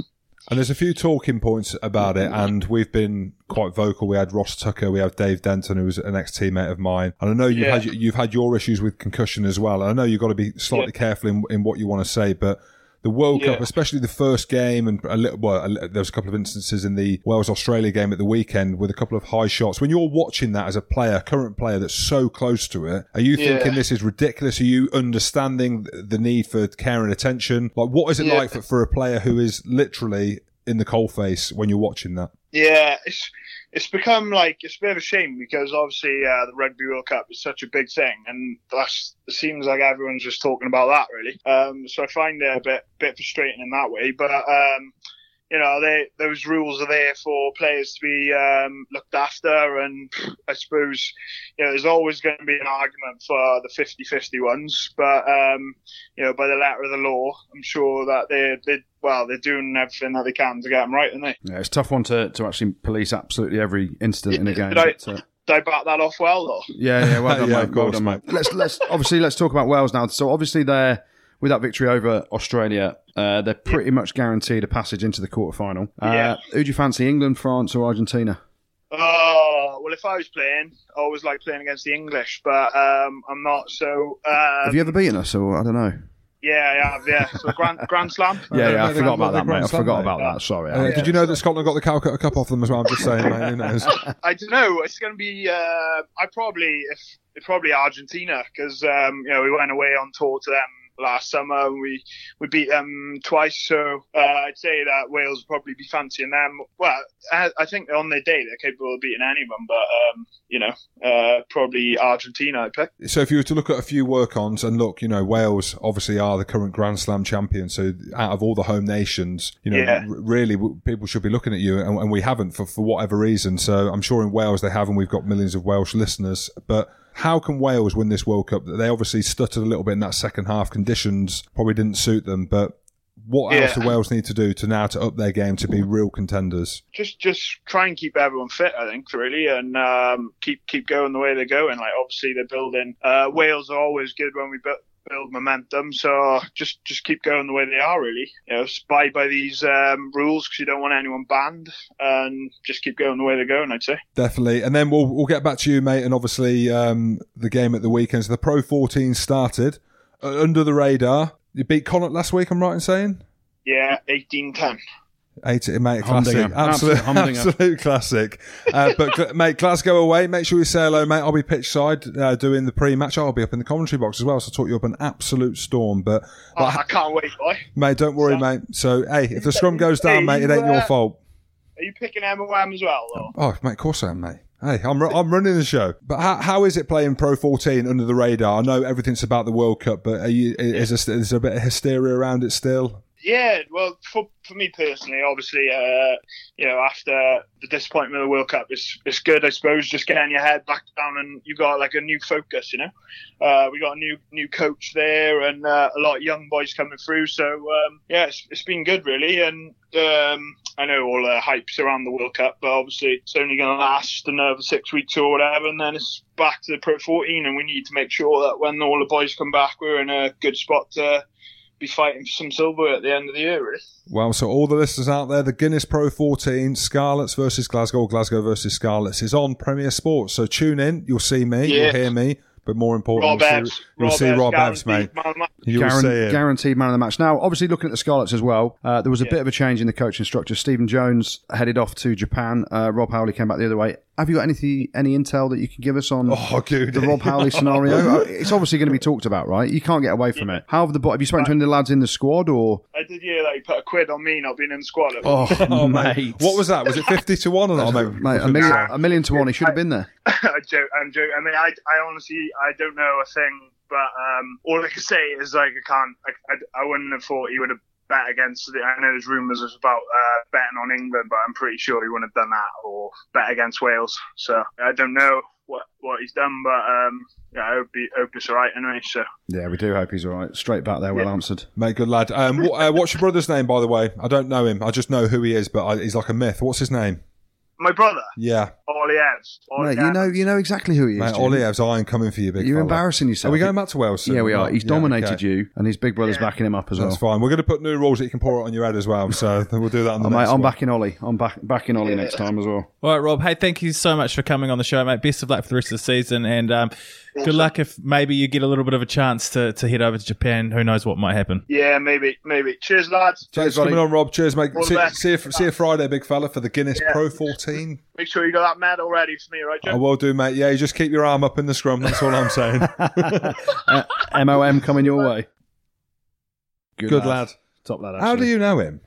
B: And there's a few talking points about it, and we've been quite vocal. We had Ross Tucker, we have Dave Denton, who was an ex-teammate of mine, and I know you've
F: Yeah.
B: had you've had your issues with concussion as well. And I know you've got to be slightly careful in, in what you want to say, but the World Cup,
F: Yeah.
B: especially the first game, and a little well, a, li- there was a couple of instances in the Wales Australia game at the weekend with a couple of high shots. When you're watching that as a player, current player that's so close to it, are you
F: Yeah.
B: thinking this is ridiculous? Are you understanding th- the need for care and attention? Like, what is it
F: Yeah.
B: like for, for a player who is literally in the coalface when you're watching that?
F: Yeah, it's it's become like it's a bit of a shame because obviously uh, the Rugby World Cup is such a big thing, and that's it seems like everyone's just talking about that really. Um, so I find it a bit bit frustrating in that way, but. Um, you know, they, those rules are there for players to be um, looked after, and I suppose you know there's always going to be an argument for the 50-50 ones. But um, you know, by the letter of the law, I'm sure that they they well they're doing everything that they can to get them right, aren't they?
C: Yeah, it's a tough one to, to actually police absolutely every incident in a game.
F: Did I-
C: but, uh,
F: Did I back that off well though?
C: Yeah,
B: <laughs>
C: yeah, well done,
B: Yeah,
C: mate.
B: of
C: well
B: course,
C: done, mate. Let's let's obviously let's talk about Wales now. So obviously they're with that victory over Australia, uh, they're pretty much guaranteed a passage into the quarterfinal. Uh,
F: Yeah.
C: Who do you fancy, England, France, or Argentina?
F: Oh well, if I was playing, I always like playing against the English, but um, I'm not. So um,
C: have you ever beaten us, or I don't know?
F: yeah, I have. Yeah, so
C: <laughs>
F: the Grand Grand Slam.
C: Yeah, yeah, I
B: they're
C: forgot
B: grand- they're
C: about that, mate. I
B: grand slam,
C: forgot
B: mate.
C: about that. Sorry.
B: Uh,
C: I-
B: Did you know that Scotland got the Calcutta Cup off them as well? I'm just saying, mate. Who knows?
F: I don't know. It's going to be. Uh, I probably if it's probably Argentina because um, you know we went away on tour to them last summer and we we beat them twice. So uh, I'd say that Wales will probably be fancying them. Well, I, I think on their day they're capable of beating anyone, but um, you know uh, probably Argentina. I pick.
B: So if you were to look at a few work-ons and look, you know, Wales obviously are the current Grand Slam champions. So out of all the home nations, you know,
F: Yeah.
B: r- really w- people should be looking at you, and, and we haven't for, for whatever reason. So I'm sure in Wales they have, and we've got millions of Welsh listeners. But how can Wales win this World Cup? They obviously stuttered a little bit in that second half. Conditions probably didn't suit them, but what else
F: Yeah.
B: do Wales need to do to now to up their game to be real contenders?
F: just just try and keep everyone fit, I think, really, and um, keep keep going the way they're going. Like obviously they're building. Uh, Wales are always good when we bu- build momentum, so just just keep going the way they are, really. You know, abide by these um, rules because you don't want anyone banned, and just keep going the way they're going. I'd say.
B: Definitely, and then we'll we'll get back to you, mate. And obviously, um, the game at the weekend. So the Pro 14 started uh, under the radar. You beat Connacht last week. I'm right in saying
F: Yeah, eighteen ten.
B: eight, mate. Classic,
C: Humdinger.
B: absolute,
C: Absolute humdinger.
B: absolute classic. Uh, but Gl- mate, Glasgow away. Make sure you say hello, mate. I'll be pitch side uh, doing the pre-match. I'll be up in the commentary box as well. So I'll talk you up an absolute storm. But
F: Oh, I can't wait, boy.
B: mate, don't worry, mate. So hey, if the scrum goes down, mate, it ain't your fault.
F: Are you picking M O M as well, though?
B: Oh, mate, of course I am, mate. Hey, I'm, ru- I'm running the show. But how, how is it playing Pro 14 under the radar? I know everything's about the World Cup, but are you, is, there, is there a bit of hysteria around it still?
F: Yeah, well, for, for me personally, obviously, uh, you know, after the disappointment of the World Cup, it's it's good, I suppose, just getting your head back down and you got like a new focus, you know. Uh, we got a new new coach there and uh, a lot of young boys coming through, so um, yeah, it's, it's been good really. And um, I know all the hype's around the World Cup, but obviously it's only going to last another six weeks or whatever, and then it's back to the Pro 14, and we need to make sure that when all the boys come back, we're in a good spot to be fighting for some silver at the end of the year, really.
B: Well, so all the listeners out there, the Guinness Pro 14, Scarlets versus Glasgow, Glasgow versus Scarlets is on Premier Sports. So tune in, you'll see me,
F: Yeah.
B: you'll hear me. But more important,
F: Rob
B: you'll
F: Evans.
B: see, you'll see Rob Evans,
F: Evans,
B: mate.
F: man of the match.
B: You'll
C: Guaran-
B: see him.
C: guaranteed man of the match. Now, obviously, looking at the Scarlets as well, uh, there was a bit of a change in the coaching structure. Stephen Jones headed off to Japan. Uh, Rob Howley came back the other way. Have you got anything, any intel that you can give us on
B: Oh, good.
C: <laughs>
B: <laughs>
C: the Rob Howley scenario? Uh, it's obviously going to be talked about, right? You can't get away from it. How have the bo- have you spoken to any of the lads in the squad or?
F: I did hear that he put a quid on me not being in the squad.
C: Oh, <laughs> mate,
B: What was that? Was it 50 to 1 or not?
C: Mate, a million, a million to one. He should have been there.
F: I joke, <laughs> I'm joking. I mean, I, I honestly, I don't know a thing, but um, all I can say is like I can't. I, I, I wouldn't have thought he would have bet against. The, I know there's rumours about uh, betting on England, but I'm pretty sure he wouldn't have done that or bet against Wales. So I don't know what what he's done, but um, yeah, I hope he, hope it's all right anyway. So
C: Yeah, we do hope he's all right. Straight back there, well answered.
B: Mate, good lad. Um, what, uh, what's your brother's name, by the way? I don't know him. I just know who he is, but I, he's like a myth. What's his name?
F: my brother
B: Yeah,
F: Oliev, Oliev.
C: Mate, you know, you know exactly who he is.
B: mate.
C: Jim.
B: Oliev's iron coming for you, big.
C: You're
B: fella.
C: embarrassing
B: Are
C: yourself.
B: we going back to Wales? soon?
C: Yeah, we are.
B: Right.
C: He's
B: Yeah,
C: dominated
B: okay.
C: you, and his big brother's backing him up as well.
B: That's fine. We're going to put new rules that you can pour it on your head as well. So <laughs> we'll do that. On the
C: Oh, mate,
B: next
C: I'm
B: one.
C: backing Ollie. I'm back backing Ollie next time
B: <laughs>
C: as well.
A: All right, Rob. Hey, thank you so much for coming on the show, mate. Best of luck for the rest of the season, and um, good luck if maybe you get a little bit of a chance to, to head over to Japan. Who knows what might happen?
F: yeah, maybe, maybe. Cheers, lads.
B: Thanks for coming on, Rob. Cheers, mate.
F: All the
B: See,
F: best.
B: see, you, see you Friday, big fella, for the Guinness Pro 14.
F: Make sure you got that medal ready for me, right,
B: I
F: Joe?
B: will do, mate. Yeah, you just keep your arm up in the scrum. That's all I'm
C: <laughs>
B: saying.
C: MOM coming your way.
B: Good lad.
C: Top lad.
B: How do you know him?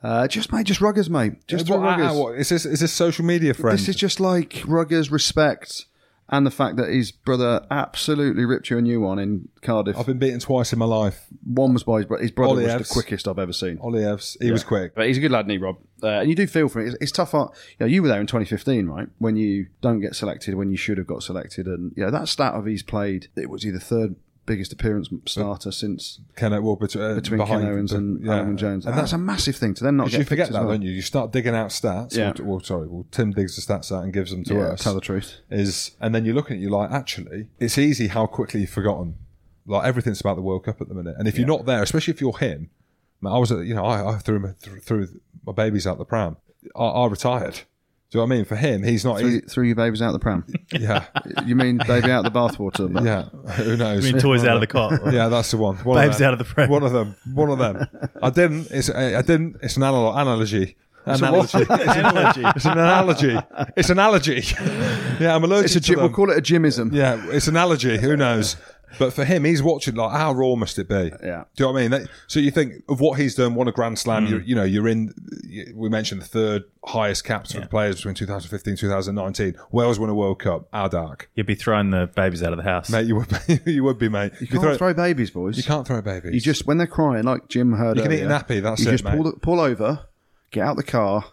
C: Uh, just mate, just ruggers, mate. Just
B: what,
C: through ruggers.
B: ah, what- is this? Is this social media friend?
C: This is just like ruggers respect, and the fact that his brother absolutely ripped you a new one in Cardiff.
B: I've been beaten twice in my life.
C: One was by his brother. His brother
B: Ollie
C: was
B: Evs.
C: the quickest I've ever seen.
B: Oliev's. He was quick.
C: But he's a good lad, isn't he, Rob? Uh, and you do feel for him. It's, it's tough. On, you, know, you were there in 2015, right? When you don't get selected when you should have got selected. And, you know, that stat of he's played, it was either third biggest appearance starter since
B: Kenneth well, bet- uh,
C: between
B: behind,
C: Ken Owens and
B: yeah.
C: Alvin Jones.
B: And
C: And that's a massive thing to then not get
B: you forget
C: picked as
B: that,
C: well.
B: don't you? You start digging out stats.
C: Yeah.
B: Well, well, sorry. Well, Tim digs the stats out and gives them to
C: Yeah,
B: us.
C: tell the truth.
B: is, and then you look at it, you're like, actually, it's easy how quickly you've forgotten. Like everything's about the World Cup at the minute, and if you're not there, especially if you're him, man, I was, at, you know, I, I threw, my, threw, threw my babies out the pram. I, I retired. Do you know what I mean? For him, he's not.
C: Threw,
B: He's,
C: threw your babies out the pram.
B: yeah,
C: you mean baby out
B: <laughs>
C: the bathwater? But
B: yeah. Who knows?
A: I mean, toys out of the
B: <laughs>
A: cot.
B: Yeah, that's the one. one
A: Babes
B: them.
A: out of the pram.
B: One of them. One of them. I didn't. It's. I I didn't. It's an anal- analogy. analogy.
A: Analogy.
B: It's an analogy. It's an analogy.
A: <laughs>
B: yeah, I'm allergic
C: It's a
B: to
C: gy-
B: them.
C: we'll call it a gymism.
B: Yeah, it's an allergy. Who
A: <laughs>
B: knows? But for him, he's watching like how raw must it be?
C: Yeah.
B: Do you know what I mean? That, so you think of what he's done, won a Grand Slam.
A: Mm.
B: You're, you know, you're in. you- We mentioned the third highest caps for the players between 2015 2019. Wales won a World Cup. How dark,
A: You'd be throwing the babies out of the house.
B: mate? You would be, <laughs> you would be, mate.
C: You can't throw, babies, boys.
B: you can't throw babies.
C: You just when they're crying, like Jim heard.
B: You can eat
C: earlier,
B: a nappy, that's
C: you
B: it,
C: just
B: mate.
C: Pull, pull over, get out the car,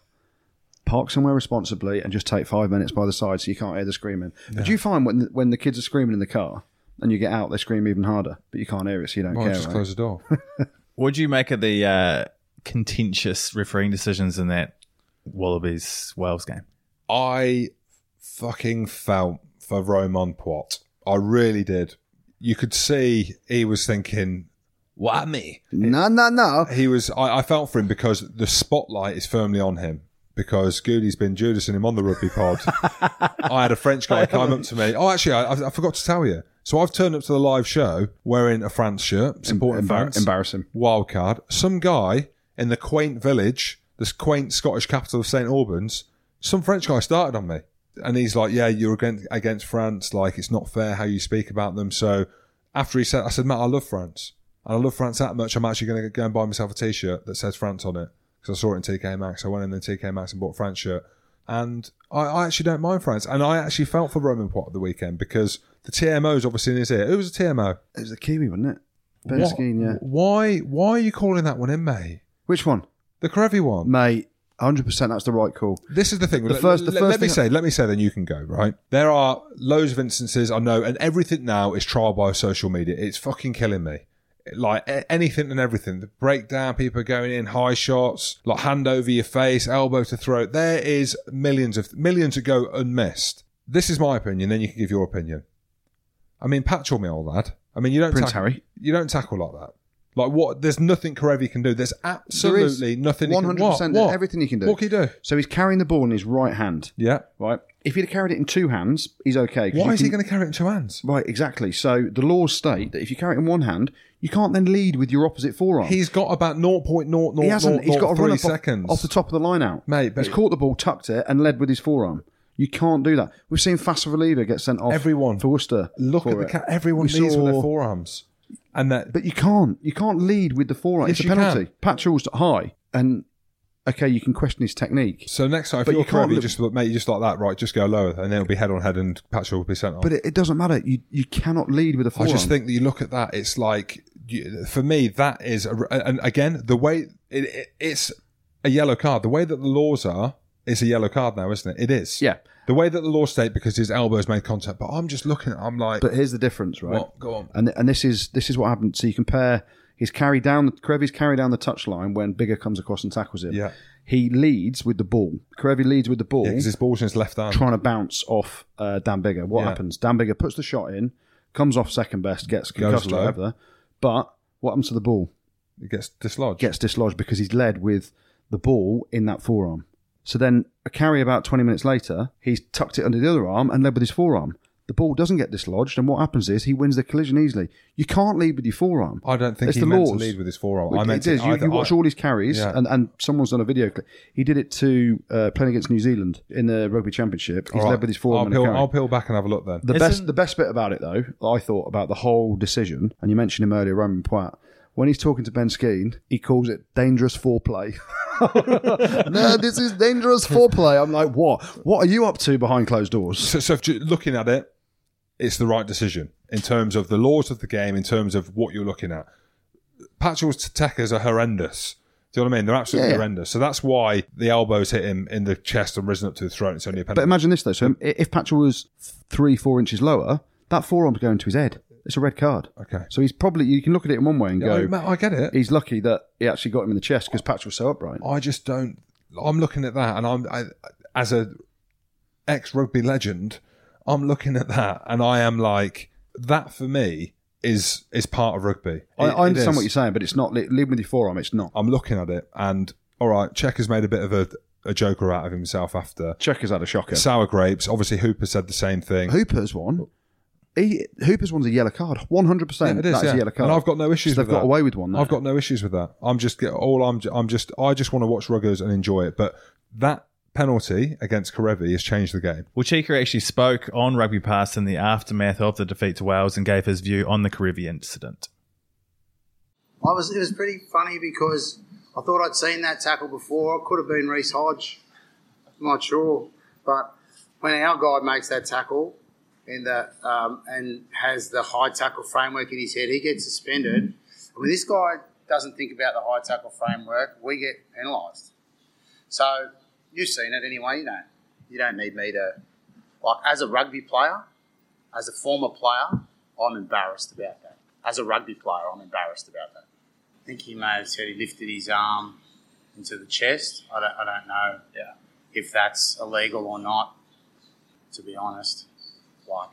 C: park somewhere responsibly, and just take five minutes by the side so you can't hear the screaming. But do you find when when the kids are screaming in the car and you get out, they scream even harder, but you can't hear it, so you don't
B: Well,
C: care.
B: just
C: right?
B: close the door.
C: <laughs>
A: What do you make of the uh, contentious refereeing decisions in that Wallabies Wales game?
B: I fucking felt for Roman Poit. I really did. You could see he was thinking, "Why me?"
C: No, no, no.
B: he was I, I felt for him because the spotlight is firmly on him because Goody's been Judasing him on the rugby <laughs> pod. I had a French guy come up to me. Oh, actually, I, I forgot to tell you. So I've turned up to the live show wearing a France shirt, supporting
C: Embar-
B: France.
C: embarrassing.
B: Wild card. Some guy in the quaint village, this quaint Scottish capital of St Albans, some French guy started on me. And he's like, Yeah, you're against, against France. Like, it's not fair how you speak about them. So after he said, I said, Matt, I love France. And I love France that much. I'm actually going to go and buy myself a t shirt that says France on it because I saw it in TK Maxx. I went in the TK Maxx and bought a France shirt. And I, I actually don't mind France. And I actually felt for Roman Potter the weekend because the TMO is obviously in his ear. Who was the TMO?
C: It was a Kiwi, wasn't it?
B: What-
C: Benskin, yeah.
B: Why why are you calling that one in, mate?
C: Which one,
B: The Crevy one.
C: mate? Hundred percent. That's the right call.
B: This is the thing.
C: The
B: let,
C: first- the
B: let-
C: first
B: let me
C: thing
B: say, let me say, then you can go, right? There are loads of instances I know, and everything now is trial by social media. It's fucking killing me. Like a- anything and everything. The breakdown, people going in, high shots, like hand over your face, elbow to throat. There is millions of millions that go unmissed. This is my opinion, then you can give your opinion. I mean, patch on me, old lad. I mean, you don't
C: Prince
B: tackle,
C: Harry.
B: You don't tackle like that. Like what? There's nothing Karevi can do. There's absolutely nothing.
C: One hundred percent.
B: He can, what?
C: Everything he can do.
B: What can he do?
C: So he's carrying the ball in his right hand.
B: Yeah.
C: Right. If he'd have carried it in two hands, he's okay. 'cause
B: Why
C: you
B: is he
C: can-
B: going to carry it in two hands?
C: Right, exactly. So the laws state that if you carry it in one hand, you can't then lead with your opposite forearm.
B: He's got about 0.003
C: he hasn't. He's got to run up off-
B: seconds.
C: Off, the top of the line out,
B: Mate, but-
C: he's caught the ball, tucked it, and led with his forearm. You can't do that. We've seen Fassa Reliever get sent off.
B: Everyone.
C: for Worcester.
B: Look
C: for
B: at the
C: it.
B: cat. Everyone
C: We
B: leads with
C: saw-
B: their forearms, and that
C: But you can't. You can't lead with the forearm.
B: Yes,
C: it's a
B: you can.
C: penalty. Patchell's high, and okay, you can question his technique,
B: So next time, if
C: But
B: you're
C: you can't
B: Karevi,
C: look-
B: just mate, you just like that, right? Just go lower, and then it'll be head on head, and Patchell will be sent off.
C: but it, it doesn't matter. You you cannot lead with a
B: I
C: forearm.
B: just think that you look at that, it's like you- for me that is, a, and again the way it, it, it's a yellow card. The way that the laws are, it's a yellow card now, isn't it? It is.
C: Yeah.
B: The way that the laws state because his elbows made contact, but I'm just looking. at I'm like,
C: But here's the difference, right?
B: what? Go on.
C: And and this is this is what happened. So you compare he's carried down the Karevi's carried down the touchline when Bigger comes across and tackles him.
B: Yeah.
C: He leads with the ball. Karevi leads with the ball,
B: Because his ball's in his left arm.
C: trying to bounce off uh, Dan Bigger. What
B: Yeah.
C: happens? Dan Bigger puts the shot in, comes off second best, gets
B: Goes
C: concussed or
B: low.
C: whatever. But what happens to the ball?
B: it gets dislodged.
C: Gets dislodged because he's led with the ball in that forearm. So then a carry about 20 minutes later, he's tucked it under the other arm and led with his forearm. The ball doesn't get dislodged, and what happens is he wins the collision easily. You can't lead with your forearm.
B: I don't think
C: It's
B: he
C: the
B: meant
C: laws.
B: to lead with his forearm.
C: Well,
B: I meant
C: it is.
B: to,
C: You,
B: I-
C: you watch all his carries,
B: Yeah.
C: and, and someone's done a video clip. He did it to uh, playing against New Zealand in the rugby championship. He's
B: all right,
C: led with his forearm.
B: I'll
C: and a
B: peel,
C: carry.
B: I'll peel back and have a look then.
C: The
A: Isn't-
C: best, the best bit about it though, that I thought about the whole decision, and you mentioned him earlier, Roman Platt. When he's talking to Ben Skeen, he calls it dangerous foreplay. <laughs> no, this is dangerous foreplay. I'm like, what? What are you up to behind closed doors?
B: So, so if you- looking at it, it's the right decision in terms of the laws of the game, in terms of what you're looking at. Patchell's t- tackers are horrendous. Do you know what I mean? They're absolutely
C: Yeah.
B: horrendous. So that's why the elbows hit him in the chest and risen up to the throat. It's only a
C: But
B: penalty.
C: imagine this though. So if Patchell was three, four inches lower, that forearm's going to his head. It's a red card.
B: okay.
C: So he's probably you can look at it in one way and go,
B: Oh, Matt, I get it.
C: he's lucky that he actually got him in the chest because Patch was so upright.
B: I just don't. I'm looking at that, and I'm I, as a ex rugby legend. I'm looking at that, and I am like that. For me, is is part of rugby.
C: I,
B: It- it
C: I understand
B: is.
C: what you're saying, but it's not li- leading with your forearm. It's not.
B: I'm looking at it, and all right, Checker's made a bit of a, a joker out of himself after
C: Checker's had a shocker.
B: sour grapes. Obviously, Hooper said the same thing.
C: Hooper's one. He, Hooper's one's a yellow card. One hundred percent.
B: Yeah, it is,
C: That's a
B: yeah.
C: yellow card.
B: And I've got no issues
C: So They've
B: with
C: got
B: that.
C: away with one. There.
B: I've got no issues with that. I'm just get all I'm. I'm just. I just want to watch ruggers and enjoy it. But that penalty against Karevi has changed the game.
A: Well, Cheeker actually spoke on Rugby Pass in the aftermath of the defeat to Wales and gave his view on the Karevi incident.
G: I was it was pretty funny because I thought I'd seen that tackle before. It could have been Reese Hodge. I'm not sure. But when our guy makes that tackle in the um, and has the high tackle framework in his head, he gets suspended. I mean this guy doesn't think about the high tackle framework, we get penalised. So you've seen it anyway, you don't you don't need me to like as a rugby player, as a former player, I'm embarrassed about that. As a rugby player, I'm embarrassed about that. I think he may have said he lifted his arm into the chest. I don't, I don't know if that's illegal or not, to be honest. Like,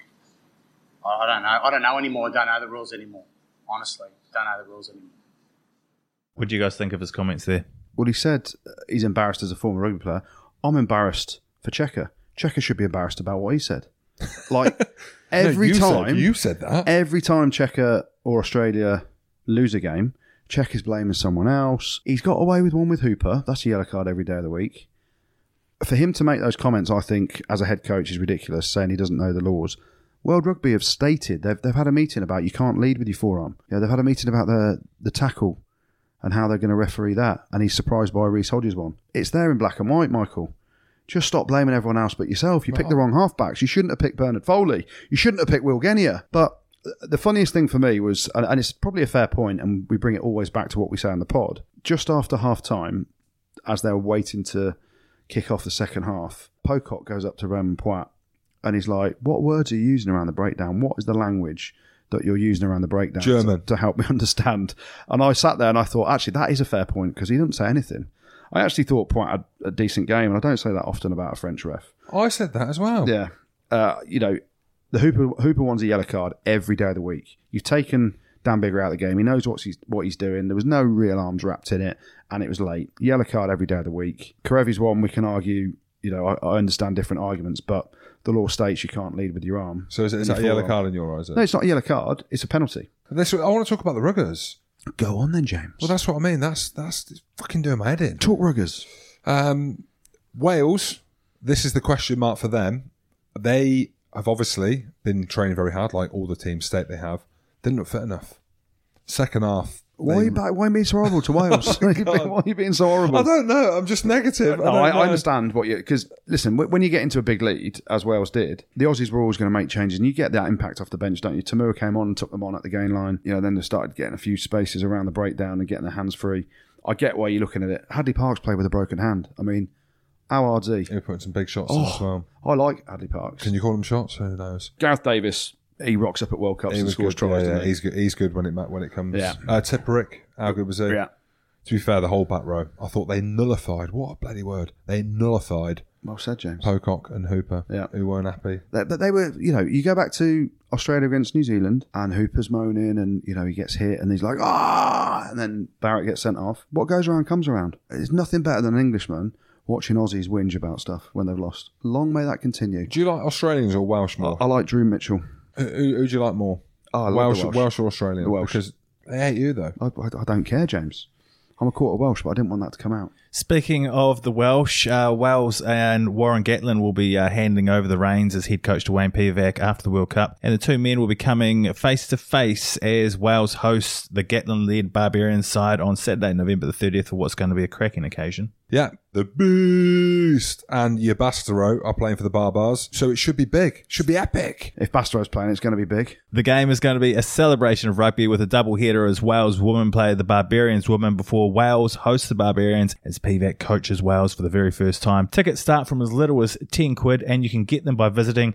G: I, I don't know. I don't know anymore. I don't know the rules anymore. Honestly, don't know the rules anymore.
A: What do you guys think of his comments there?
C: Well, he said uh, he's embarrassed as a former rugby player. I'm embarrassed for Checker. Checker should be embarrassed about what he said.
B: <laughs>
C: Like every
B: No, you said-
C: time
B: you said that.
C: every time Checker or Australia lose a game, Checker's blaming someone else. He's got away with one with Hooper. That's a yellow card every day of the week. For him to make those comments, I think, as a head coach, is ridiculous, saying he doesn't know the laws. World Rugby have stated they've, they've had a meeting about you can't lead with your forearm. Yeah, they've had a meeting about the, the tackle and how they're going to referee that. And he's surprised by Reese Hodges' one. It's there in black and white, Michael. Just stop blaming everyone else but yourself. You picked the wrong halfbacks. You shouldn't have picked Bernard Foley. You shouldn't have picked Will Genia. But the funniest thing for me was, and, and it's probably a fair point, and we bring it always back to what we say on the pod. Just after half time, as they're waiting to kick off the second half, Pocock goes up to Roman Poit and he's like, What words are you using around the breakdown? What is the language that you're using around the breakdown?
B: German.
C: To, to help me <laughs> understand. And I sat there and I thought, Actually, that is a fair point because he didn't say anything. I actually thought Poit had a decent game, and I don't say that often about a French ref.
B: I said that as well.
C: Yeah. Uh, you know, the Hooper Hooper one's a yellow card every day of the week. You've taken Dan Bigger out of the game. He knows what's he's, what he's doing. There was no real arms wrapped in it, and it was late. Yellow card every day of the week. Karevi's one, we can argue, you know, I, I understand different arguments, but the law states you can't lead with your arm.
B: So is, it, is that a yellow card in your eyes? then?
C: No, it's not a yellow card, it's a penalty.
B: This, I want to talk about the ruggers.
C: Go on then, James.
B: Well, that's what I mean. That's that's it's fucking doing my head in.
C: Talk ruggers.
B: Um, Wales. This is the question mark for them. They have obviously been training very hard, like all the teams state they have. Didn't look fit enough. Second half.
C: Why are
B: they-
C: you, ba- why are you being so horrible <laughs> to Wales? why are you being so horrible?
B: I don't know. I'm just negative.
C: No,
B: I,
C: I,
B: don't
C: I
B: know.
C: understand what you because listen, wh- when you get into a big lead, as Wales did, the Aussies were always going to make changes, and you get that impact off the bench, don't you? Tamura came on and took them on at the gain line. You know, then they started getting a few spaces around the breakdown and getting their hands free. I get why you're looking at it. Hadley Parks played with a broken hand. I mean, how hard's he?
B: You're putting some big shots in as well.
C: I like Hadley Parks.
B: Can you call them shots? Who knows?
C: Gareth Davis, he rocks up at World Cups
B: He
C: and
B: was
C: scores
B: good.
C: tries.
B: yeah,
C: doesn't
B: yeah,
C: he?
B: he's good. He's good when it ma- when it comes.
C: Yeah.
B: Uh, Tipperick, how good was he?
C: yeah.
B: To be fair, the whole back row. I thought they nullified. What a bloody word! They nullified
C: Well said, James.
B: Pocock and Hooper,
C: Yeah.
B: who weren't happy.
C: That, that they were, you know, you go back to Australia against New Zealand, and Hooper's moaning, and you know he gets hit, and he's like, ah, and then Barrett gets sent off. What goes around comes around. There's nothing better than an Englishman watching Aussies whinge about stuff when they've lost. Long may that continue.
B: Do you like Australians or Welsh more?
C: I like Drew Mitchell.
B: who, who who do you like more?
C: Oh, Uh, I love
B: Welsh,
C: the Welsh.
B: or Australian?
C: The Welsh.
B: Because they hate you though.
C: I, I, I don't care, James. I'm a quarter Welsh, but I didn't want that to come out.
A: Speaking of the Welsh, uh, Wales and Warren Gatlin will be uh, handing over the reins as head coach to Wayne Pivac after the World Cup, and the two men will be coming face to face as Wales hosts the Gatlin-led Barbarians side on Saturday, November the 30th, for what's going to be a cracking occasion.
B: Yeah, the beast and your Bastero are playing for the Barbars, so it should be big. Should be epic.
C: If Bastereau's playing, it's going to be big.
A: The game is going to be a celebration of rugby with a double header as Wales women play the Barbarians women before Wales hosts the Barbarians as PVAC coaches Wales for the very first time. Tickets start from as little as 10 quid and you can get them by visiting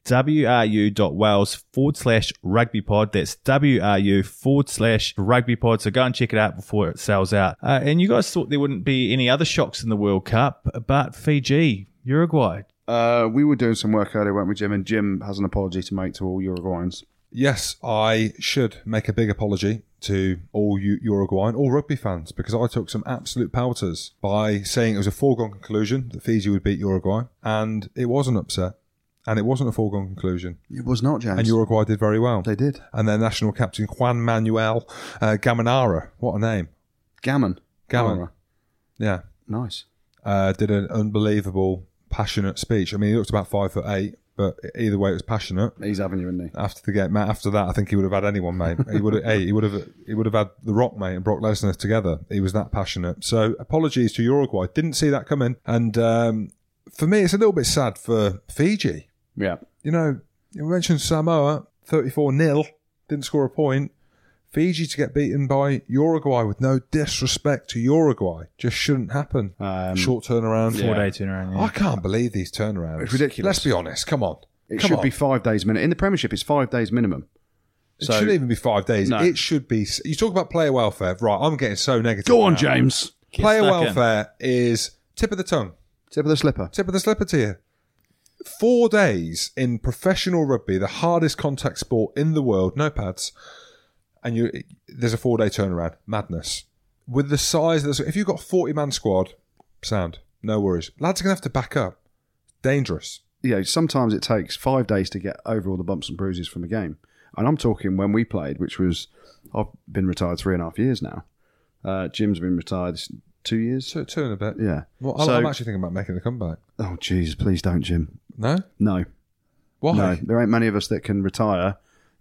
A: wru.wales forward slash rugby pod. That's wru forward slash rugby pod. So go and check it out before it sells out. Uh, and you guys thought there wouldn't be any other shocks in the World Cup, but Fiji, Uruguay.
C: Uh, we were doing some work earlier, weren't we, Jim? And Jim has an apology to make to all Uruguayans.
B: Yes, I should make a big apology to all U- Uruguayan, all rugby fans, because I took some absolute pelters by saying it was a foregone conclusion that Fiji would beat Uruguay, and it was an upset, and it wasn't a foregone conclusion,
C: It was not, James.
B: and Uruguay did very well.
C: they did.
B: and their national captain Juan Manuel uh, Gamanara, what a name,
C: Gammon.
B: Gammon.
C: Alright.
B: yeah,
C: Nice.
B: uh, did an unbelievable, passionate speech. I mean, he looked about five foot eight, but either way, it was passionate.
C: He's having you, isn't he?
B: After the game, mate, after that, I think he would have had anyone, mate. He would have, <laughs> hey, he would have, he would have had The Rock, mate, and Brock Lesnar together. He was that passionate. So, apologies to Uruguay. Didn't see that coming, and um, for me, it's a little bit sad for Fiji.
C: Yeah.
B: You know, you mentioned Samoa, thirty-four 0 didn't score a point. Fiji to get beaten by Uruguay with no disrespect to Uruguay just shouldn't happen.
C: Um,
B: Short turnaround,
A: Four day turnaround. yeah.
B: I can't believe these turnarounds.
C: It's ridiculous.
B: Let's be honest. Come on.
C: It
B: Come
C: should
B: on.
C: be five days minimum. In the Premiership, it's five days minimum.
B: It
C: So-
B: shouldn't even be five days.
C: No.
B: It should be. You talk about player welfare, right? I'm getting so negative.
C: Um,
B: now.
C: James.
B: Player
A: stuck in.
B: welfare is tip of the tongue,
C: Tip of the slipper.
B: tip of the slipper to you. Four days in professional rugby, the hardest contact sport in the world, no pads, and you there's a four day turnaround. Madness. With the size of the, if you've got a 40 man squad, sound, no worries. Lads are going to have to back up. Dangerous.
C: You know, sometimes it takes five days to get over all the bumps and bruises from a game. And I'm talking when we played, which was I've been retired three and a half years now. Uh, Jim's been retired two years.
B: Two, two in a bit.
C: Yeah.
B: Well, I'm,
C: So-
B: I'm actually thinking about making a comeback.
C: Oh, Jesus, please don't, Jim.
B: No?
C: No,
B: Why?
C: no. There ain't many of us that can retire,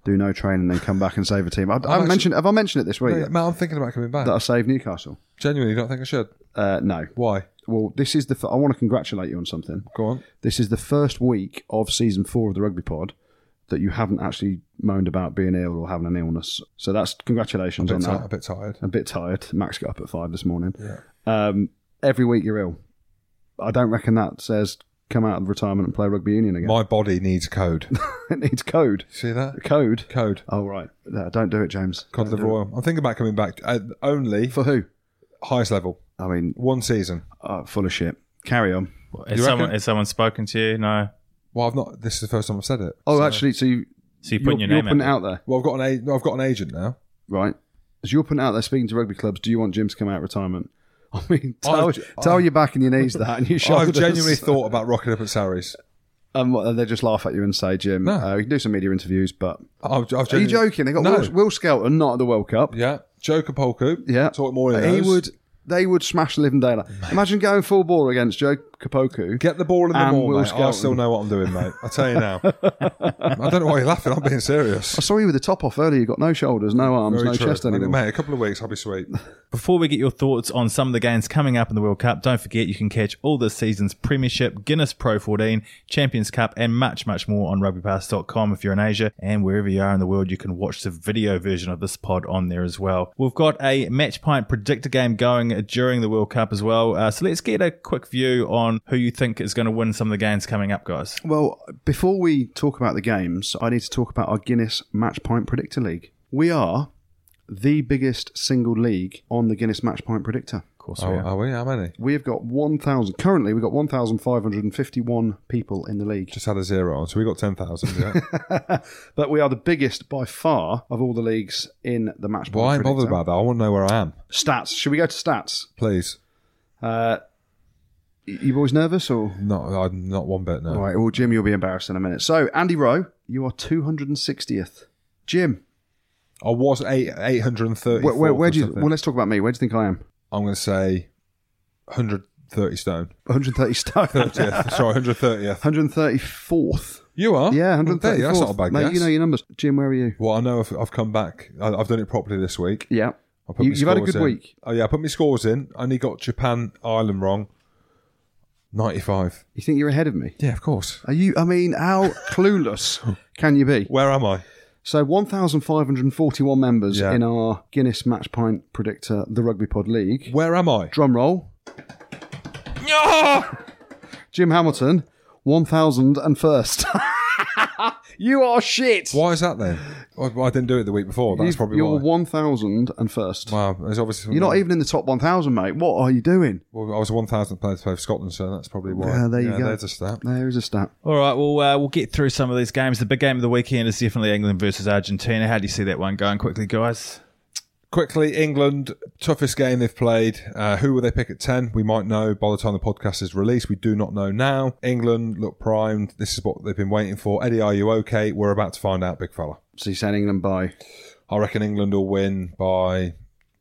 C: do no training, and then come back and save a team. I, I haven't
B: actually-
C: mentioned. Have I mentioned it this week
B: Mate, mate, I'm thinking about coming back.
C: that I saved Newcastle?
B: Genuinely, you don't think I should?
C: Uh, no.
B: Why?
C: Well, this is the. F- I want to congratulate you on something.
B: Go on.
C: This is the first week of season four of the Rugby Pod that you haven't actually moaned about being ill or having an illness. So that's congratulations
B: A
C: on
B: bit, ti-
C: that.
B: a bit tired.
C: I'm a bit tired. Max got up at five this morning. Um, every week you're ill. I don't reckon that says come out of retirement and play rugby union again.
B: My body needs code.
C: <laughs> it needs code.
B: See that?
C: Code.
B: Code.
C: Oh right, no, don't do it, James.
B: Cod Liver Royal. I'm thinking about coming back uh, only
C: For who?
B: highest level.
C: I mean,
B: One season.
C: uh, full of shit. Carry on.
A: Has
B: You
A: someone,
B: reckon?
A: has someone spoken to you? No.
B: Well, I've not. This is the first time I've said it.
C: Oh, actually, so you,
A: So you
C: you're,
A: putting your
C: you're
A: name
C: putting it
A: out.
C: out there.
B: Well, I've got an. A, no, I've got an agent now.
C: right? As you're putting out there speaking to rugby clubs, do you want Jim to come out of retirement? <laughs> I mean, tell,
B: I've-
C: tell your back and your knees that, and your <laughs>
B: <laughs>
C: shoulders.
B: I've genuinely thought about rocking up at Sarries.
C: and what- they just laugh at you and say, "Jim,
B: No.
C: uh, we can do some media interviews." But
B: I've, I've
C: are you
B: genuinely-
C: joking? They got
B: no.
C: Will, Will Skelton not at the World Cup.
B: Yeah, Joe Kapolku.
C: Yeah,
B: talk more than
C: He
B: those.
C: would. They would smash the living daylight. Imagine going full ball against Joe Kapoku.
B: Get the ball in the
C: And
B: mall,
C: Will
B: mate. I
C: Skelton.
B: still know what I'm doing, mate. I tell you
C: <laughs>
B: now. I don't know why you're laughing. I'm being serious.
C: I saw you with the top off earlier. You got no shoulders, no arms,
B: Very
C: no
B: true.
C: chest
B: I mean,
C: anymore.
B: Mate, a couple of weeks, I'll be sweet.
A: Before we get your thoughts on some of the games coming up in the World Cup, don't forget you can catch all this season's Premiership, Guinness Pro 14, Champions Cup, and much, much more on rugbypass.com if you're in Asia. And wherever you are in the world, you can watch the video version of this pod on there as well. We've got a match pint predictor game going during the World Cup as well. Uh, so let's get a quick view on who you think is going to win some of the games coming up, guys.
C: Well, before we talk about the games, I need to talk about our Guinness Match Point Predictor League. We are the biggest single league on the Guinness Match Point Predictor.
A: Of course,
B: Oh,
A: we are.
B: are we? How many?
C: We have got 1,000, currently, we've got 1,551 people in
B: <laughs>
C: the league.
B: Just had a zero on, so we got 10,000.
C: <laughs>
B: Yeah.
C: But we are the biggest by far of all the leagues in the Match Point
B: well, I ain't
C: Predictor.
B: bothered about that. I want to know where I am,
C: Stats. Should we go to stats?
B: please.
C: Uh, y- you boys nervous or?
B: Not, I'm not one bit, no.
C: All right, well, Jim, you'll be embarrassed in a minute. So, Andy Rowe, you are 260th. Jim,
B: I was eight, 830.
C: where, where, where do you, well, let's talk about me. Where do you think I am?
B: I'm going to say 130
C: <laughs>
B: stone. <laughs>
C: 130 stone.
B: 30th. Sorry, 130th.
C: 134th.
B: You are?
C: Yeah, 134th.
B: 130. Oh, That's not a bad
C: Mate,
B: guess.
C: you know your numbers. Jim, where are you?
B: well, I know I've, I've come back. I, I've done it properly this week.
C: Yeah.
B: I put
C: You-
B: my
C: you've had a
B: scores
C: good
B: in.
C: week.
B: Oh, yeah, I put my scores in. Only got Japan, Ireland wrong. 95.
C: You think you're ahead of me?
B: Yeah, of course.
C: Are you, I mean,
B: <laughs>
C: how clueless can you be?
B: Where am I?
C: So, 1,541 members
B: Yeah.
C: in our Guinness Match Pint Predictor, the Rugby Pod League.
B: Where am I?
C: Drum roll.
B: Ah!
C: <laughs> Jim Hamilton, 1,001st. <laughs> you are shit.
B: Why is that then? I, I didn't do it the week before. That's
C: You've-
B: probably
C: You're
B: why.
C: 1,001st.
B: Wow, there's obviously
C: You're not even in the top 1,000, mate. What are you doing?
B: Well, I was one thousandth player to play for Scotland, so that's probably why.
C: Yeah, there you go.
B: There's a stat.
C: There is a stat.
A: All right, well, uh, we'll get through some of these games. The big game of the weekend is definitely England versus Argentina. How do you see that one going quickly, guys?
B: Quickly, England toughest game they've played. Uh, who will they pick at ten? We might know by the time the podcast is released. We do not know now. England look primed. This is what they've been waiting for. Eddie, are you okay? We're about to find out, big fella.
C: So you're saying England by
B: I reckon England will win by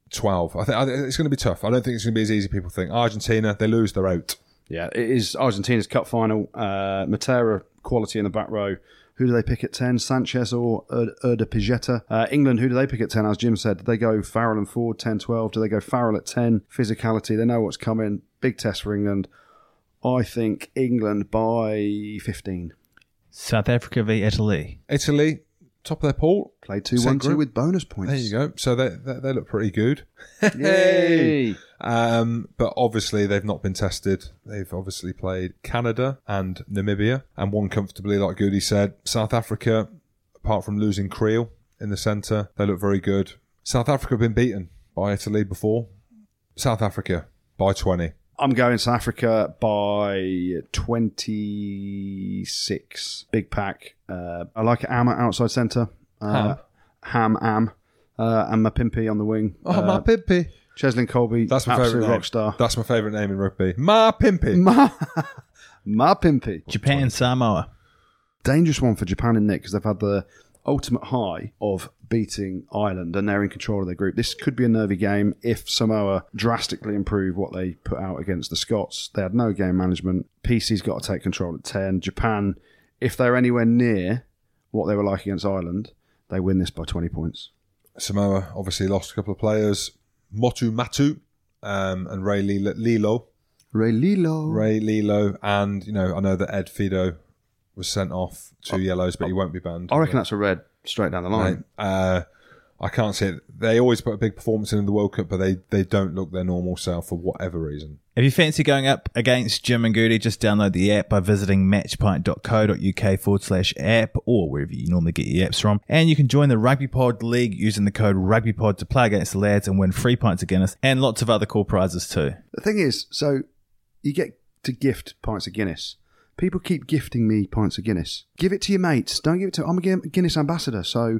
B: twelve. I think I think it's going to be tough. I don't think it's going to be as easy as people think. Argentina, they lose, they're out.
C: yeah. It is Argentina's cup final. Uh, Matera quality in the back row. Who do they pick at ten? Sanchez or Erda Pigetta? Uh, England. Who do they pick at ten? As Jim said, do they go Farrell and Ford 10-12? Do they go Farrell at ten? Physicality. They know what's coming. Big test for England. I think England by fifteen.
A: South Africa v Italy.
B: Italy, top of their pool.
C: Play two
B: Same
C: one two
B: group.
C: with bonus
B: There
C: points.
B: you go. So they they, they look pretty good.
C: Yay!
B: Um, but obviously, they've not been tested. They've obviously played Canada and Namibia, and one comfortably, like Goody said. South Africa, apart from losing Creel in the centre, they look very good. South Africa have been beaten by Italy before. South Africa by 20.
C: I'm going South Africa by 26. Big pack. Uh, I like Am at outside centre. Uh, ham. Ham Am. Uh, and Mapimpy on the wing. Uh,
B: Oh, my pimpy.
C: Cheslin Colby.
B: That's my
C: absolute
B: favourite name.
C: rock star.
B: That's my favourite name in rugby. My pimpy.
C: Ma, Ma Pimpy.
A: Japan, Samoa.
C: Dangerous one for Japan and Nick because they've had the ultimate high of beating Ireland and they're in control of their group. This could be a nervy game if Samoa drastically improve what they put out against the Scots. They had no game management. PC's got to take control at 10. Japan, if they're anywhere near what they were like against Ireland, they win this by 20 points.
B: Samoa obviously lost a couple of players. Motu Matu um, and Ray Lilo. Lilo.
C: Ray Lilo.
B: Ray Lilo, and you know, I know that Ed Fido was sent off two yellows, but he won't be banned.
C: I reckon that's a red straight down the line.
B: Mate, uh, I can't see it. They always put a big performance in the World Cup, but they they don't look their normal self for whatever reason.
A: If you fancy going up against Jim and Goody, just download the app by visiting matchpint.co.uk forward slash app or wherever you normally get your apps from. And you can join the Rugby Pod League using the code RugbyPod to play against the lads and win free pints of Guinness and lots of other cool prizes too.
C: The thing is, so you get to gift pints of Guinness. People keep gifting me pints of Guinness. Give it to your mates. Don't give it to. I'm a Guin- Guinness ambassador, so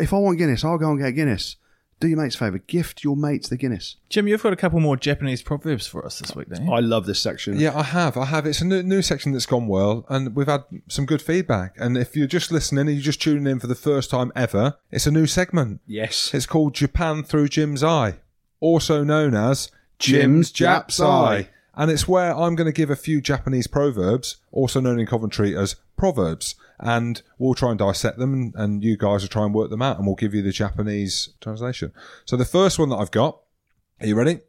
C: if I want Guinness, I'll go and get Guinness. Do your mates a favour. Gift your mates the Guinness.
A: Jim, you've got a couple more Japanese proverbs for us this week, don't you?
C: I love this section.
B: Yeah, I have. I have. It's a new, new section that's gone well, and we've had some good feedback. And if you're just listening and you're just tuning in for the first time ever, it's a new segment.
C: Yes.
B: It's called Japan Through Jim's Eye, also known as Jim's Jap's Eye. And it's where I'm going to give a few Japanese proverbs, also known in Coventry as proverbs. And we'll try and dissect them, and, and you guys will try and work them out, and we'll give you the Japanese translation. So the first one that I've got, are you ready?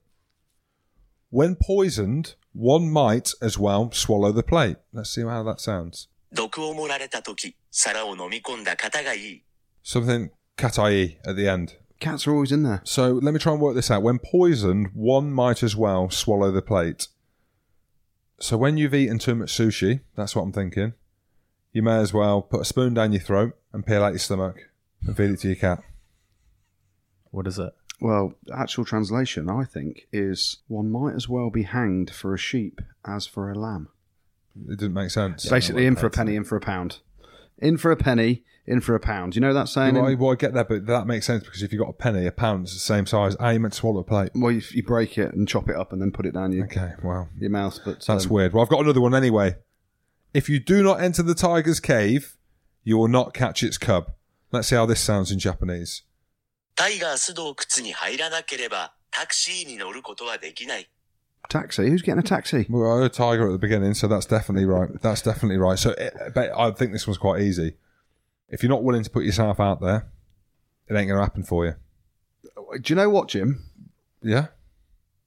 B: When poisoned, one might as well swallow the plate. Let's see how that sounds.
H: 毒を盛られた時、皿を飲み込んだ方がいい。
B: Something katai at the end.
C: Cats are always in there.
B: So let me try and work this out. When poisoned, one might as well swallow the plate. So when you've eaten too much sushi, that's what I'm thinking, you may as well put a spoon down your throat and peel out your stomach and feed it to your cat.
A: What is it?
C: Well, actual translation, I think, is one might as well be hanged for a sheep as for a lamb.
B: It didn't make sense.
C: It's basically in for a penny, in for a pound. In for a penny, in for a pound. You know that saying?
B: Well, I, well, I get that, but that makes sense because if you've got a penny, a pound, it's the same size. How you meant to swallow a plate?
C: well, you, you break it and chop it up and then put it down your,
B: Okay, well,
C: your mouth. But
B: that's
C: um,
B: weird. Well, I've got another one anyway. If you do not enter the tiger's cave, you will not catch its cub. Let's see how this sounds in Japanese.
H: タイガース洞窟に入らなければ、タクシーに乗ることはできない。
C: taxi. Who's getting a taxi?
B: Well, I heard tiger at the beginning, so that's definitely right. That's definitely right. So, it, but I think this one's quite easy. If you're not willing to put yourself out there, it ain't going to happen for you.
C: Do you know what, Jim?
B: Yeah.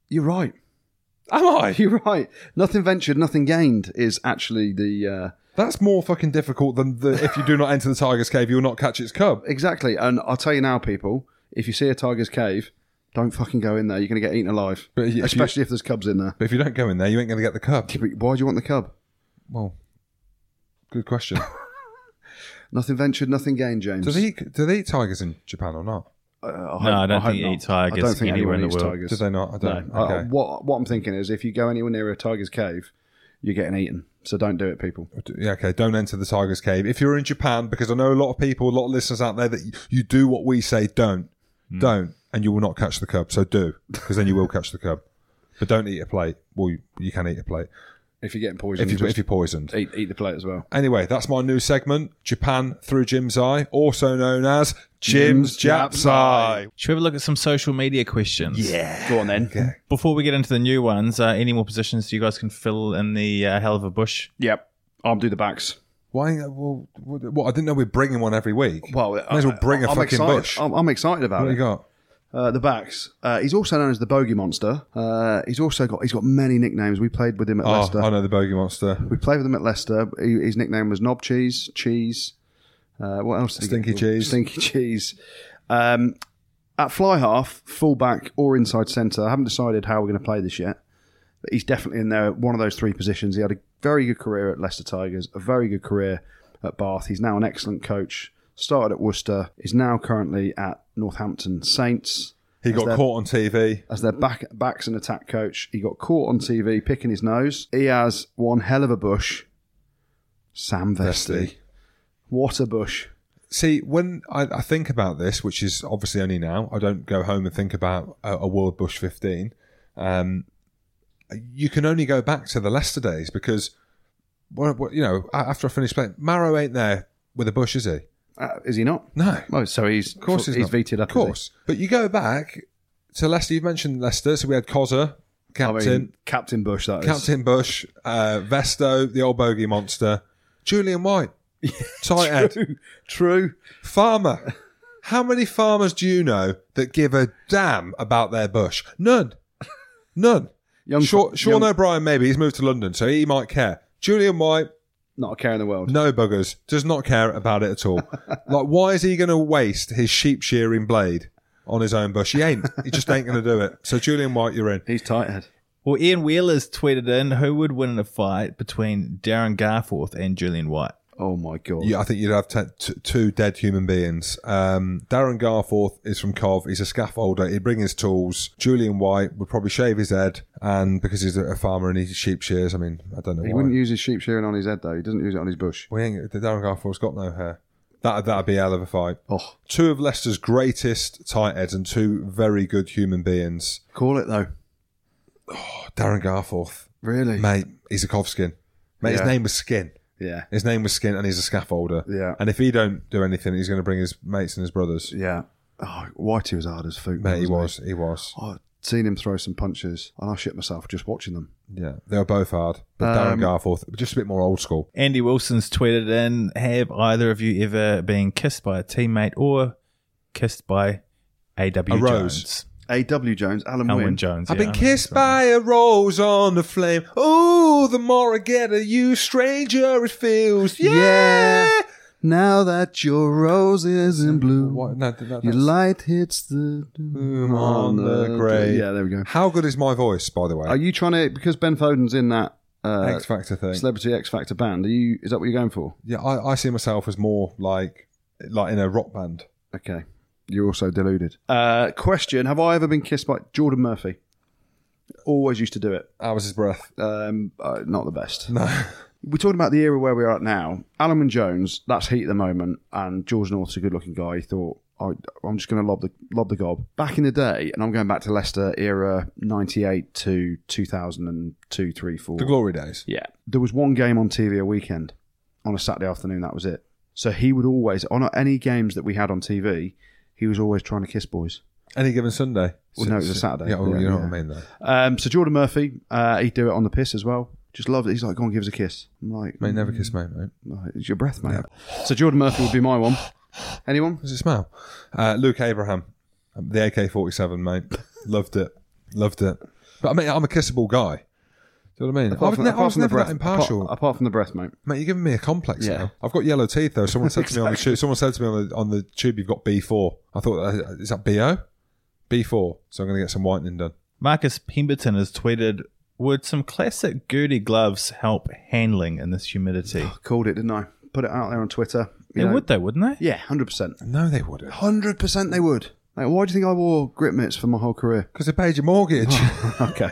C: You're right. <laughs>
B: Am I?
C: You're right. Nothing ventured, nothing gained is actually the uh,
B: That's more fucking difficult than the, if you do not enter the tiger's cave, you will not catch its cub.
C: exactly. And I'll tell you now, people, if you see a tiger's cave, don't fucking go in there. You're going to get eaten alive,
B: But if you-
C: especially if there's cubs in there.
B: But if you don't go in there, you ain't going to get the cub.
C: But Why do you want the cub?
B: Well, good question.
C: Nothing ventured, nothing gained, James.
B: do they eat, do they eat tigers in Japan or not?
C: Uh, I hope-
A: I don't
C: hope
A: think you
C: not.
A: eat tigers
C: I don't think
A: anywhere
C: anyone
A: in the
C: eats
A: world.
C: tigers.
B: Do they not? I don't.
C: Uh,
B: Okay.
C: what what I'm thinking is, if you go anywhere near a tiger's cave, you're getting eaten. So don't do it, people.
B: Yeah, okay, don't enter the tiger's cave. If you're in Japan, because I know a lot of people, a lot of listeners out there, that you, you do what we say, don't. Don't, and you will not catch the cub. So do, because then you will catch the cub. But don't eat a plate. Well, you, you can eat a plate
C: If you're getting
B: if,
C: poisoned,
B: you,
C: just
B: if you're poisoned.
C: eat, eat the plate as well.
B: Anyway, that's my new segment, Japan Through Jim's Eye, also known as Jim's Jap's Eye.
A: Should we have a look at some social media questions?
C: Yeah. Go on then.
A: Before we get into the new ones, uh, any more positions you guys can fill in the uh, hell of a bush?
C: Yep. I'll do the backs.
B: Why? uh, Well, well, I didn't know we're bringing one every week.
C: Well, uh,
B: May as well bring a
C: I'm
B: fucking
C: excited.
B: bush.
C: I'm, I'm excited
B: what
C: about
B: do you
C: it.
B: got?
C: Uh, the backs. Uh, he's also known as the Bogey Monster. Uh, he's also got he's got many nicknames. We played with him at
B: Oh,
C: Leicester.
B: I know the bogey monster.
C: We played with him at Leicester. He, his nickname was Knob Cheese, Cheese. Uh, what else? did he
B: Stinky
C: get?
B: Cheese.
C: Stinky <laughs> Cheese. Um, at fly half, fullback, or inside centre. I haven't decided how we're going to play this yet. But he's definitely in there, at one of those three positions. He had a very good career at Leicester Tigers, a very good career at Bath. He's now an excellent coach. Started at Worcester, is now currently at Northampton Saints
B: He
C: Is
B: got
C: that-
B: caught on TV.
C: as their back backs and attack coach. He got caught on TV picking his nose. He has one hell of a bush. Sam Vesty. What a bush.
B: See, when I, I think about this, which is obviously only now, I don't go home and think about a, a World Bush 15. Um, you can only go back to the Leicester days because, well, well, you know, a- after I finished playing, Marrow ain't there with a bush, is he?
C: Uh, is he not?
B: No.
C: Oh, so he's
B: Of course he's,
C: he's
B: not.
C: vetoed up.
B: Of
C: is he?
B: course. But you go back to Leicester, you mentioned Leicester, so we had Cozza,
C: I mean,
B: captain,
C: Captain Bush. That is.
B: Captain Bush, uh, Vesto, the old bogey monster, Julian
C: <laughs>
B: White, tight end.
C: True. <laughs> True.
B: Farmer. How many farmers do you know that give a damn about their bush? None. None.
C: Young
B: Sean, Sean
C: young-
B: O'Brien, maybe he's moved to London, so he might care. Julian White,
C: not a care in the world.
B: no buggers, does not care about it at
C: <laughs>
B: all. like, why is he going to waste his sheep shearing blade on his own bush? He ain't. He just ain't going to do it. So, Julian White, you're in.
C: He's tight head.
A: Well, Ian Wheeler's tweeted in who would win in a fight between Darren Garforth and Julian White?
C: Oh my god.
B: Yeah, I think you'd have te- t- two dead human beings. Um, Darren Garforth is from Cov. He's a scaffolder. He'd bring his tools. Julian White would probably shave his head, and because he's a, a farmer and he sheep shears, I mean, I don't know
C: He
B: why.
C: wouldn't use his sheep shearing on his head though. He doesn't use it on his bush.
B: we ain't, Darren Garforth's got no hair. That that'd be a hell of a fight.
C: Oh,
B: Two of Leicester's greatest tight heads and two very good human beings. Oh,
C: call it though.
B: Darren Garforth,
C: Really?
B: mate, he's a covskin. Mate, his
C: Yeah.
B: name was Skin.
C: Yeah.
B: His name was Skin, and he's a scaffolder.
C: Yeah.
B: And if he don't do anything, he's going to bring his mates and his brothers.
C: Yeah. Oh, Whitey was hard as food.
B: Mate, he
C: wasn't
B: was. He was.
C: Oh, I'd seen him throw some punches, and I shit myself just watching them.
B: Yeah, they were both hard. But
C: Um,
B: Darren Garforth, just a bit more old school.
A: Andy Wilson's tweeted in Have either of you ever been kissed by a teammate or kissed by A.W.
B: A rose.
A: Jones?
C: A.W. Jones, Alan
A: Elwin
C: Wynne.
A: Jones.
B: I've
A: yeah,
B: been
A: I know
B: kissed
A: that one.
B: by a rose on the flame. Oh, the more I get of you, stranger it feels. Yeah.
C: Yeah. Now that your rose is in blue,
B: What? No, th- that-
C: your
B: that's-
C: light hits the
B: Boom on the grave.
C: Yeah, there we go.
B: How good is my voice, by the way?
C: Are you trying to because Ben Foden's in that uh,
B: X Factor thing.
C: Celebrity X Factor band? Are you? Is that what you're going for?
B: yeah, I, I see myself as more like like in a rock band.
C: Okay, you're also deluded. Uh, question: Have I ever been kissed by Jordan Murphy? Always used to do it.
B: Hours his breath.
C: Um, uh, not the best.
B: No. <laughs>
C: We're talking about the era where we are at now. Alan and Jones, that's heat at the moment, and George North's a good-looking guy. He thought, I, I'm just going to lob the lob the gob. Back in the day, and I'm going back to Leicester era '98 to 2002, 3, 4.
B: The glory days.
C: Yeah. There was one game on TV a weekend on a Saturday afternoon. That was it. So he would always, on any games that we had on TV, he was always trying to kiss boys.
B: Any given Sunday.
C: Well, no, it was a Saturday.
B: Yeah, well, you
C: Yeah,
B: know
C: yeah.
B: what I mean, though.
C: Um, so Jordan Murphy, uh, he'd do it on the piss as well. Just loved it. He's like, go on, give us a kiss. I'm like,
B: Mate, never kiss mate, mate.
C: "Oh, it's your breath, mate. So Jordan Murphy would be my one. Anyone?
B: Does it smell? Uh, Luke Abraham, um, the AK 47, mate. Loved it. Loved it. But I mean, I'm a kissable guy. Do you know what I mean? I was, ne- I was never that impartial.
C: Apart, apart from the breath, mate.
B: Mate, you're giving me a complex
C: Yeah.
B: now. I've got yellow teeth though. Someone said to me on the tube. Someone said to me on the, on the tube, "You've got B4." I thought, uh, is that BO? B4. So I'm going to get some whitening done.
A: Marcus Pemberton has tweeted Would some classic Gertie gloves help handling in this humidity?
C: Called it, didn't I? Put it out there on Twitter. Oh, you
A: They
C: know.
A: would, though, wouldn't they?
C: Yeah, hundred percent.
B: No, they wouldn't,
C: Hundred percent, they would. Like, why do you think I wore grip mitts for my whole career?
B: because they paid your
C: <laughs>
B: mortgage.
C: okay.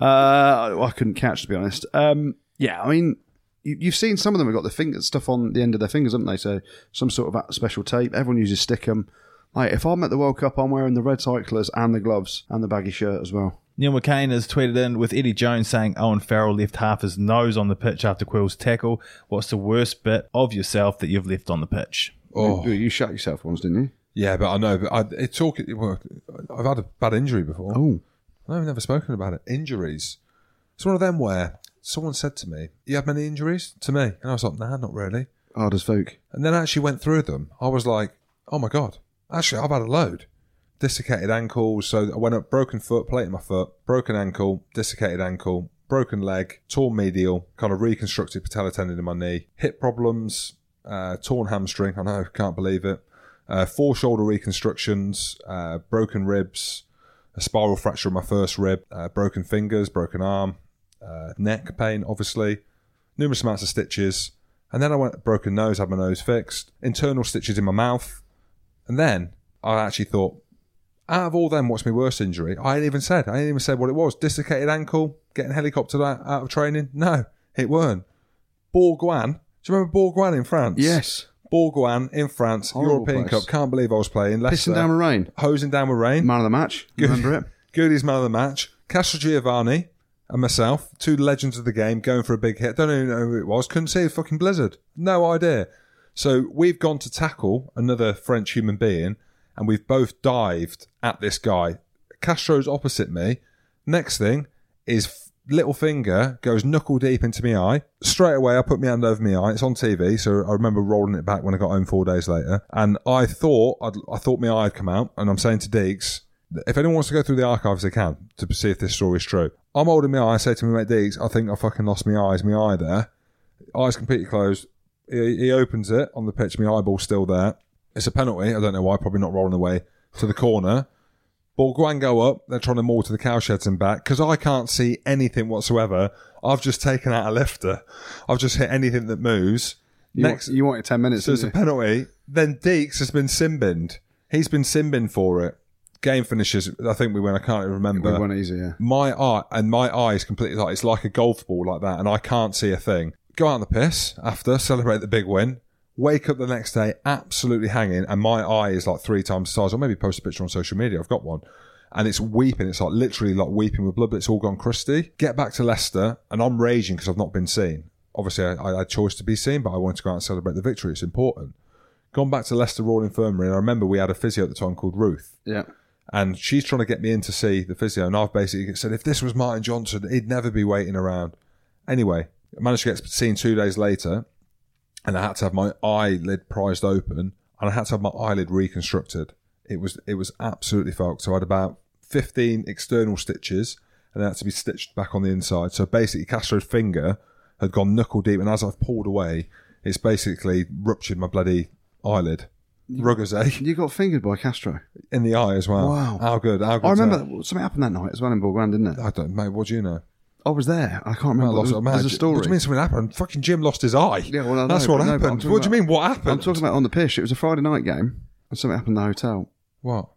C: Uh, I couldn't catch, to be honest. Um, yeah, I mean, you, you've seen some of them have got the finger stuff on the end of their fingers, haven't they? So some sort of special tape. Everyone uses stickum. Like if I'm at the World Cup, I'm wearing the red cyclers and the gloves and the baggy shirt as well.
A: Neil McCain has tweeted in with Eddie Jones saying Owen Farrell left half his nose on the pitch after Quill's tackle. What's the worst bit of yourself that you've left on the pitch?
B: oh,
C: You, you shot yourself once, didn't you?
B: yeah, but I know. But I, it's all. Well, I've had a bad injury before.
C: Oh,
B: No, I've never spoken about it. Injuries. It's one of them where someone said to me, "You have many injuries?" To me, and I was like, "Nah, not really."
C: hard as folk.
B: And then I actually went through them. I was like, oh my God, actually, I've had a load. Dislocated ankle. So I went up, broken foot, plate in my foot, broken ankle, dislocated ankle, broken leg, torn medial, kind of reconstructed patellar tendon in my knee, hip problems, uh, torn hamstring. I know, can't believe it. Uh, four shoulder reconstructions, uh, broken ribs, a spiral fracture in my first rib, uh, broken fingers, broken arm, uh, neck pain, obviously, numerous amounts of stitches. And then I went broken nose, had my nose fixed, internal stitches in my mouth. And then I actually thought, out of all them, what's my worst injury? I ain't even said. I ain't even said what it was. Dislocated ankle, getting helicoptered out, out of training. No, it weren't. Bourguin. Do you remember Bourguin in France?
C: Yes,
B: Bourguin in France,
C: Horrible
B: European
C: place.
B: Cup. Can't believe I was playing. Leicester,
C: pissing down with rain.
B: hosing down with rain.
C: uh, Man of the match. Remember it?
B: Goody's man of the match. Castro Giovanni and myself, two legends of the game, going for a big hit. Don't even know who it was. Couldn't see a fucking blizzard. No idea. So we've gone to tackle another French human being, and we've both dived at this guy. Castro's opposite me. Next thing is f- little finger goes knuckle deep into my eye. Straight away, I put my hand over my eye. It's on TV, so I remember rolling it back when I got home four days later. And I thought, I'd, I thought my eye had come out. And I'm saying to Deeks, if anyone wants to go through the archives, they can to see if this story is true. I'm holding my eye. I say to my mate Deeks, I think I fucking lost my eyes, my eye there. Eyes completely closed. He, he opens it on the pitch. My eyeball's still there. It's a penalty. I don't know why. Probably not rolling away to the corner. Borguan go up. They're trying to maul to the cow sheds and back because I can't see anything whatsoever. I've just taken out a lifter. I've just hit anything that moves.
C: You,
B: Next,
C: want, you wanted ten minutes.
B: so it's a
C: didn't
B: penalty. Then Deeks has been simbined. He's been simbined for it. Game finishes. I think we win. I can't
C: you?
B: remember
C: we went easy. Yeah.
B: my eye and my eye is completely like it's like a golf ball like that, and I can't see a thing. Go out on the piss after, celebrate the big win. Wake up the next day absolutely hanging, and my eye is like three times the size. Or maybe post a picture on social media. I've got one. And it's weeping. It's like literally like weeping with blood, but it's all gone crusty. Get back to Leicester, and I'm raging because I've not been seen. Obviously, I, I, I chose to be seen, but I wanted to go out and celebrate the victory. It's important. Gone back to Leicester Royal Infirmary, and I remember we had a physio at the time called Ruth
C: Yeah.
B: and she's trying to get me in to see the physio. And I've basically said, if this was Martin Johnson, he'd never be waiting around. Anyway, I managed to get seen two days later, and I had to have my eyelid prized open, and I had to have my eyelid reconstructed. It was it was absolutely fucked. So I had about fifteen external stitches, and they had to be stitched back on the inside. So basically, Castro's finger had gone knuckle deep, and as I've pulled away, it's basically ruptured my bloody eyelid. Ruggers, eh?
C: You got fingered by Castro.
B: In the eye as well.
C: Wow.
B: How good. How good
C: I
B: is
C: remember
B: that?
C: that- something happened that night as well in Borgwan, didn't it?
B: I don't, mate. What do you know?
C: I was there. I can't remember.
B: I lost
C: There
B: it.
C: was-
B: Mate,
C: There's a
B: What
C: story.
B: do you mean something happened? Fucking Jim lost his eye.
C: Yeah, well, I
B: that's
C: know,
B: what
C: but no, but I'm
B: happened.
C: talking
B: What do you
C: about-
B: mean? What happened?
C: I'm talking about on the pitch. It was a Friday night game, and something happened in the hotel.
B: what?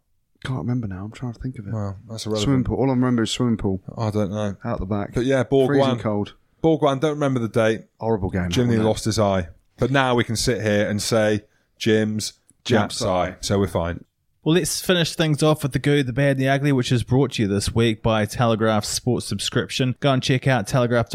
C: Can't remember now. I'm trying to think of it.
B: Well, that's
C: swimming
B: irrelevant.
C: pool. All I remember is swimming pool
B: I don't know.
C: out the back.
B: But yeah, Borg
C: freezing
B: won.
C: cold.
B: Borgwan, don't remember the date.
C: Horrible game.
B: Jim Lee
C: wasn't it?
B: lost his eye, but now we can sit here and say Jim's Jap's
C: Jap's
B: eye. So we're fine.
A: Well, let's finish things off with the good, the bad, and the ugly, which is brought to you this week by Telegraph's sports subscription. Go and check out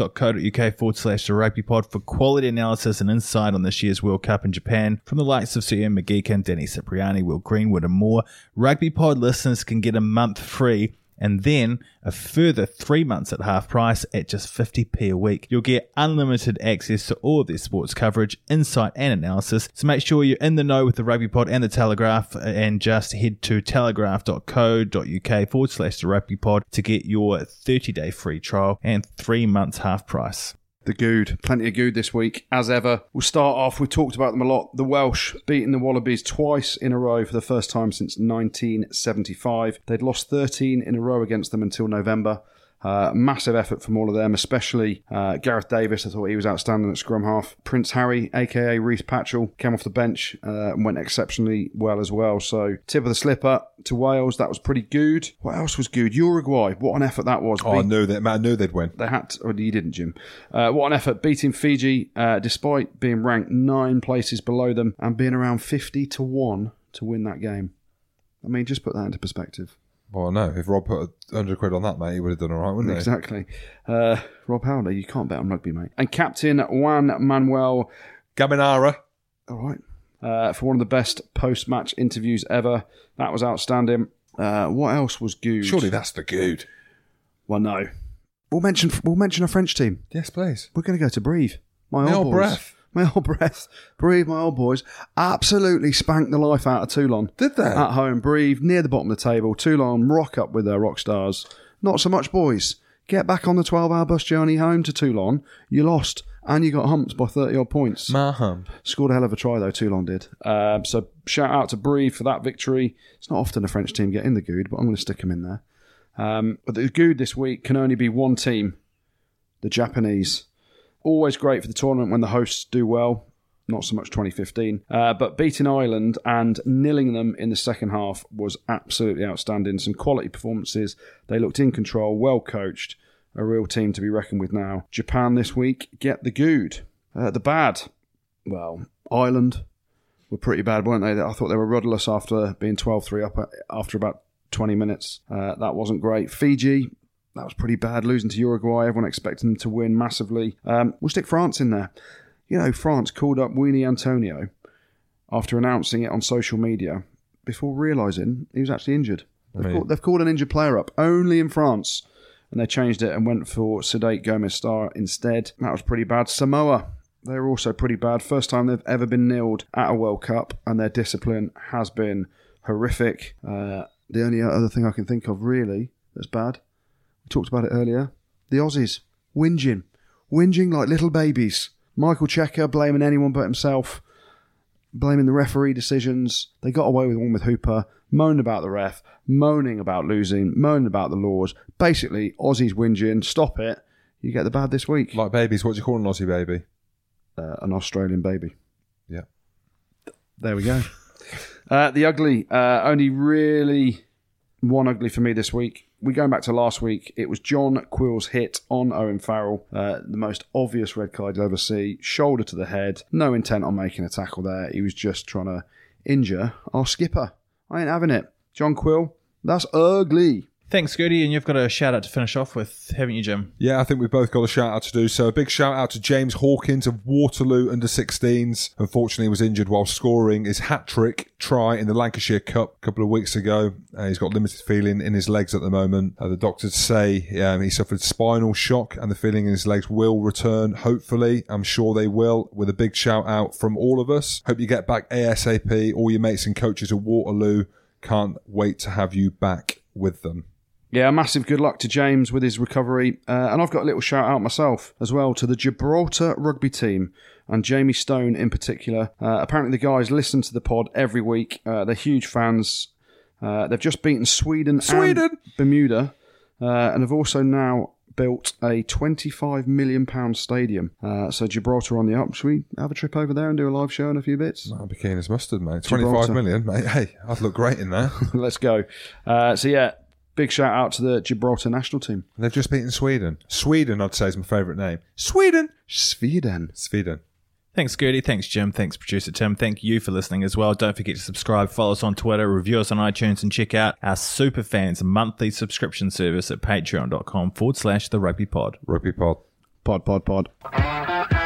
A: telegraph.co.uk forward slash the rugby pod for quality analysis and insight on this year's World Cup in Japan from the likes of Sir Ian McGeechan, Danny Cipriani, Will Greenwood, and more. Rugby pod listeners can get a month free and then a further three months at half price at just 50p a week. You'll get unlimited access to all of their sports coverage, insight, and analysis. So make sure you're in the know with the Rugby Pod and the Telegraph, and just head to telegraph.co.uk forward slash the Rugby Pod to get your 30 day free trial and three months half price.
C: The Good, plenty of Good this week, as ever. We'll start off, we talked about them a lot. The Welsh beating the Wallabies twice in a row for the first time since 1975. They'd lost 13 in a row against them until November. Uh, massive effort from all of them, especially uh, Gareth Davis. I thought he was outstanding at scrum half. Prince Harry, aka Reese Patchell, came off the bench uh, and went exceptionally well as well. So tip of the slipper to Wales, that was pretty good. What else was good? Uruguay, what an effort that was.
B: Oh, I
C: Beat-
B: knew that. I knew they'd win.
C: they had to, well, you didn't, Jim. Uh, what an effort beating Fiji, uh, despite being ranked nine places below them and being around 50 to 1 to win that game. I mean, just put that into perspective.
B: Well, no. If Rob put a hundred quid on that, mate, he would have done all right, wouldn't he?
C: Exactly. Uh, Rob Howler, you can't bet on rugby, mate. And captain Juan Manuel
B: Gaminara.
C: all right. Uh, for one of the best post match interviews ever. That was outstanding. Uh, what else was good?
B: Surely that's the good.
C: Well, no. We'll mention, we'll mention our French team.
B: Yes, please.
C: We're going to go to breathe. My,
B: My
C: old,
B: old
C: boys. <laughs>
B: breath.
C: My old breath. Breathe, my old boys. Absolutely spanked the life out of Toulon.
B: Did they?
C: At home, breathe, near the bottom of the table. Toulon rock up with their rock stars. Not so much, boys. Get back on the 12 hour bus journey home to Toulon. You lost and you got humped by 30 odd points.
B: Maham.
C: Scored a hell of a try, though, Toulon did. Um, so shout out to Breathe for that victory. It's not often a French team get in the good, but I'm going to stick them in there. Um, but the good this week can only be one team the Japanese. Always great for the tournament when the hosts do well. Not so much 2015. Uh, but beating Ireland and nilling them in the second half was absolutely outstanding. Some quality performances. They looked in control, well coached. A real team to be reckoned with now. Japan this week, get the good. Uh, the bad well, Ireland were pretty bad, weren't they? I thought they were rudderless after being 12 3 up after about 20 minutes. Uh, that wasn't great. Fiji, that was pretty bad, losing to Uruguay. Everyone expected them to win massively. Um, we'll stick France in there. You know, France called up Weenie Antonio after announcing it on social media before realising he was actually injured. They've,
B: Right.
C: called, they've called an injured player up only in France. And they changed it and went for Sedate Gomez Star instead. That was pretty bad. Samoa, they were also pretty bad. First time they've ever been nilled at a World Cup, and their discipline has been horrific. Uh, the only other thing I can think of really that's bad, we talked about it earlier, the Aussies whinging, whinging like little babies. Michael Checker blaming anyone but himself, blaming the referee decisions. They got away with one with Hooper, moaned about the ref, moaning about losing, moaning about the laws. Basically, Aussies whinging. Stop it. You get the bad this week.
B: Like babies. What do you call an Aussie baby?
C: Uh, an Australian baby.
B: Yeah.
C: There we go. Uh, the ugly, uh, only really one ugly for me this week we going back to last week. It was John Quill's hit on Owen Farrell, uh, the most obvious red card you'll ever see. Shoulder to the head, no intent on making a tackle there. He was just trying to injure our skipper. I ain't having it. John Quill, that's ugly.
A: Thanks, Gertie, and you've got a shout out to finish off with, haven't you, Jim?
B: Yeah, I think we've both got a shout out to do. So a big shout out to James Hawkins of Waterloo under 16s. Unfortunately, he was injured while scoring his hat trick try in the Lancashire Cup a couple of weeks ago. Uh, he's got limited feeling in his legs at the moment. Uh, the doctors say um, he suffered spinal shock and the feeling in his legs will return, hopefully. I'm sure they will, with a big shout out from all of us. Hope you get back ASAP. All your mates and coaches at Waterloo can't wait to have you back with them.
C: Yeah, massive good luck to James with his recovery. Uh, and I've got a little shout out myself as well to the Gibraltar rugby team and Jamie Stone in particular. Uh, apparently, the guys listen to the pod every week. Uh, they're huge fans. Uh, they've just beaten Sweden,
B: Sweden!
C: and Bermuda uh, and have also now built a £25 million stadium. Uh, so, Gibraltar on the up. Should we have a trip over there and do a live show in a few bits?
B: I'll be keen as mustard, mate.
C: Gibraltar.
B: 25 million, mate. Hey, I'd look great in there.
A: <laughs>
C: Let's go. Uh, so, yeah, big shout out to the Gibraltar national team.
B: They've just beaten Sweden. Sweden, I'd say, is my favourite name. Sweden!
C: Sweden.
B: Sweden.
A: Thanks, Gertie. Thanks, Jim. Thanks, producer Tim. Thank you for listening as well. Don't forget to subscribe, follow us on Twitter, review us on iTunes, and check out our Superfans monthly subscription service at patreon.com forward slash the rugby pod.
B: Rugby pod.
C: Pod, pod, pod.
H: 「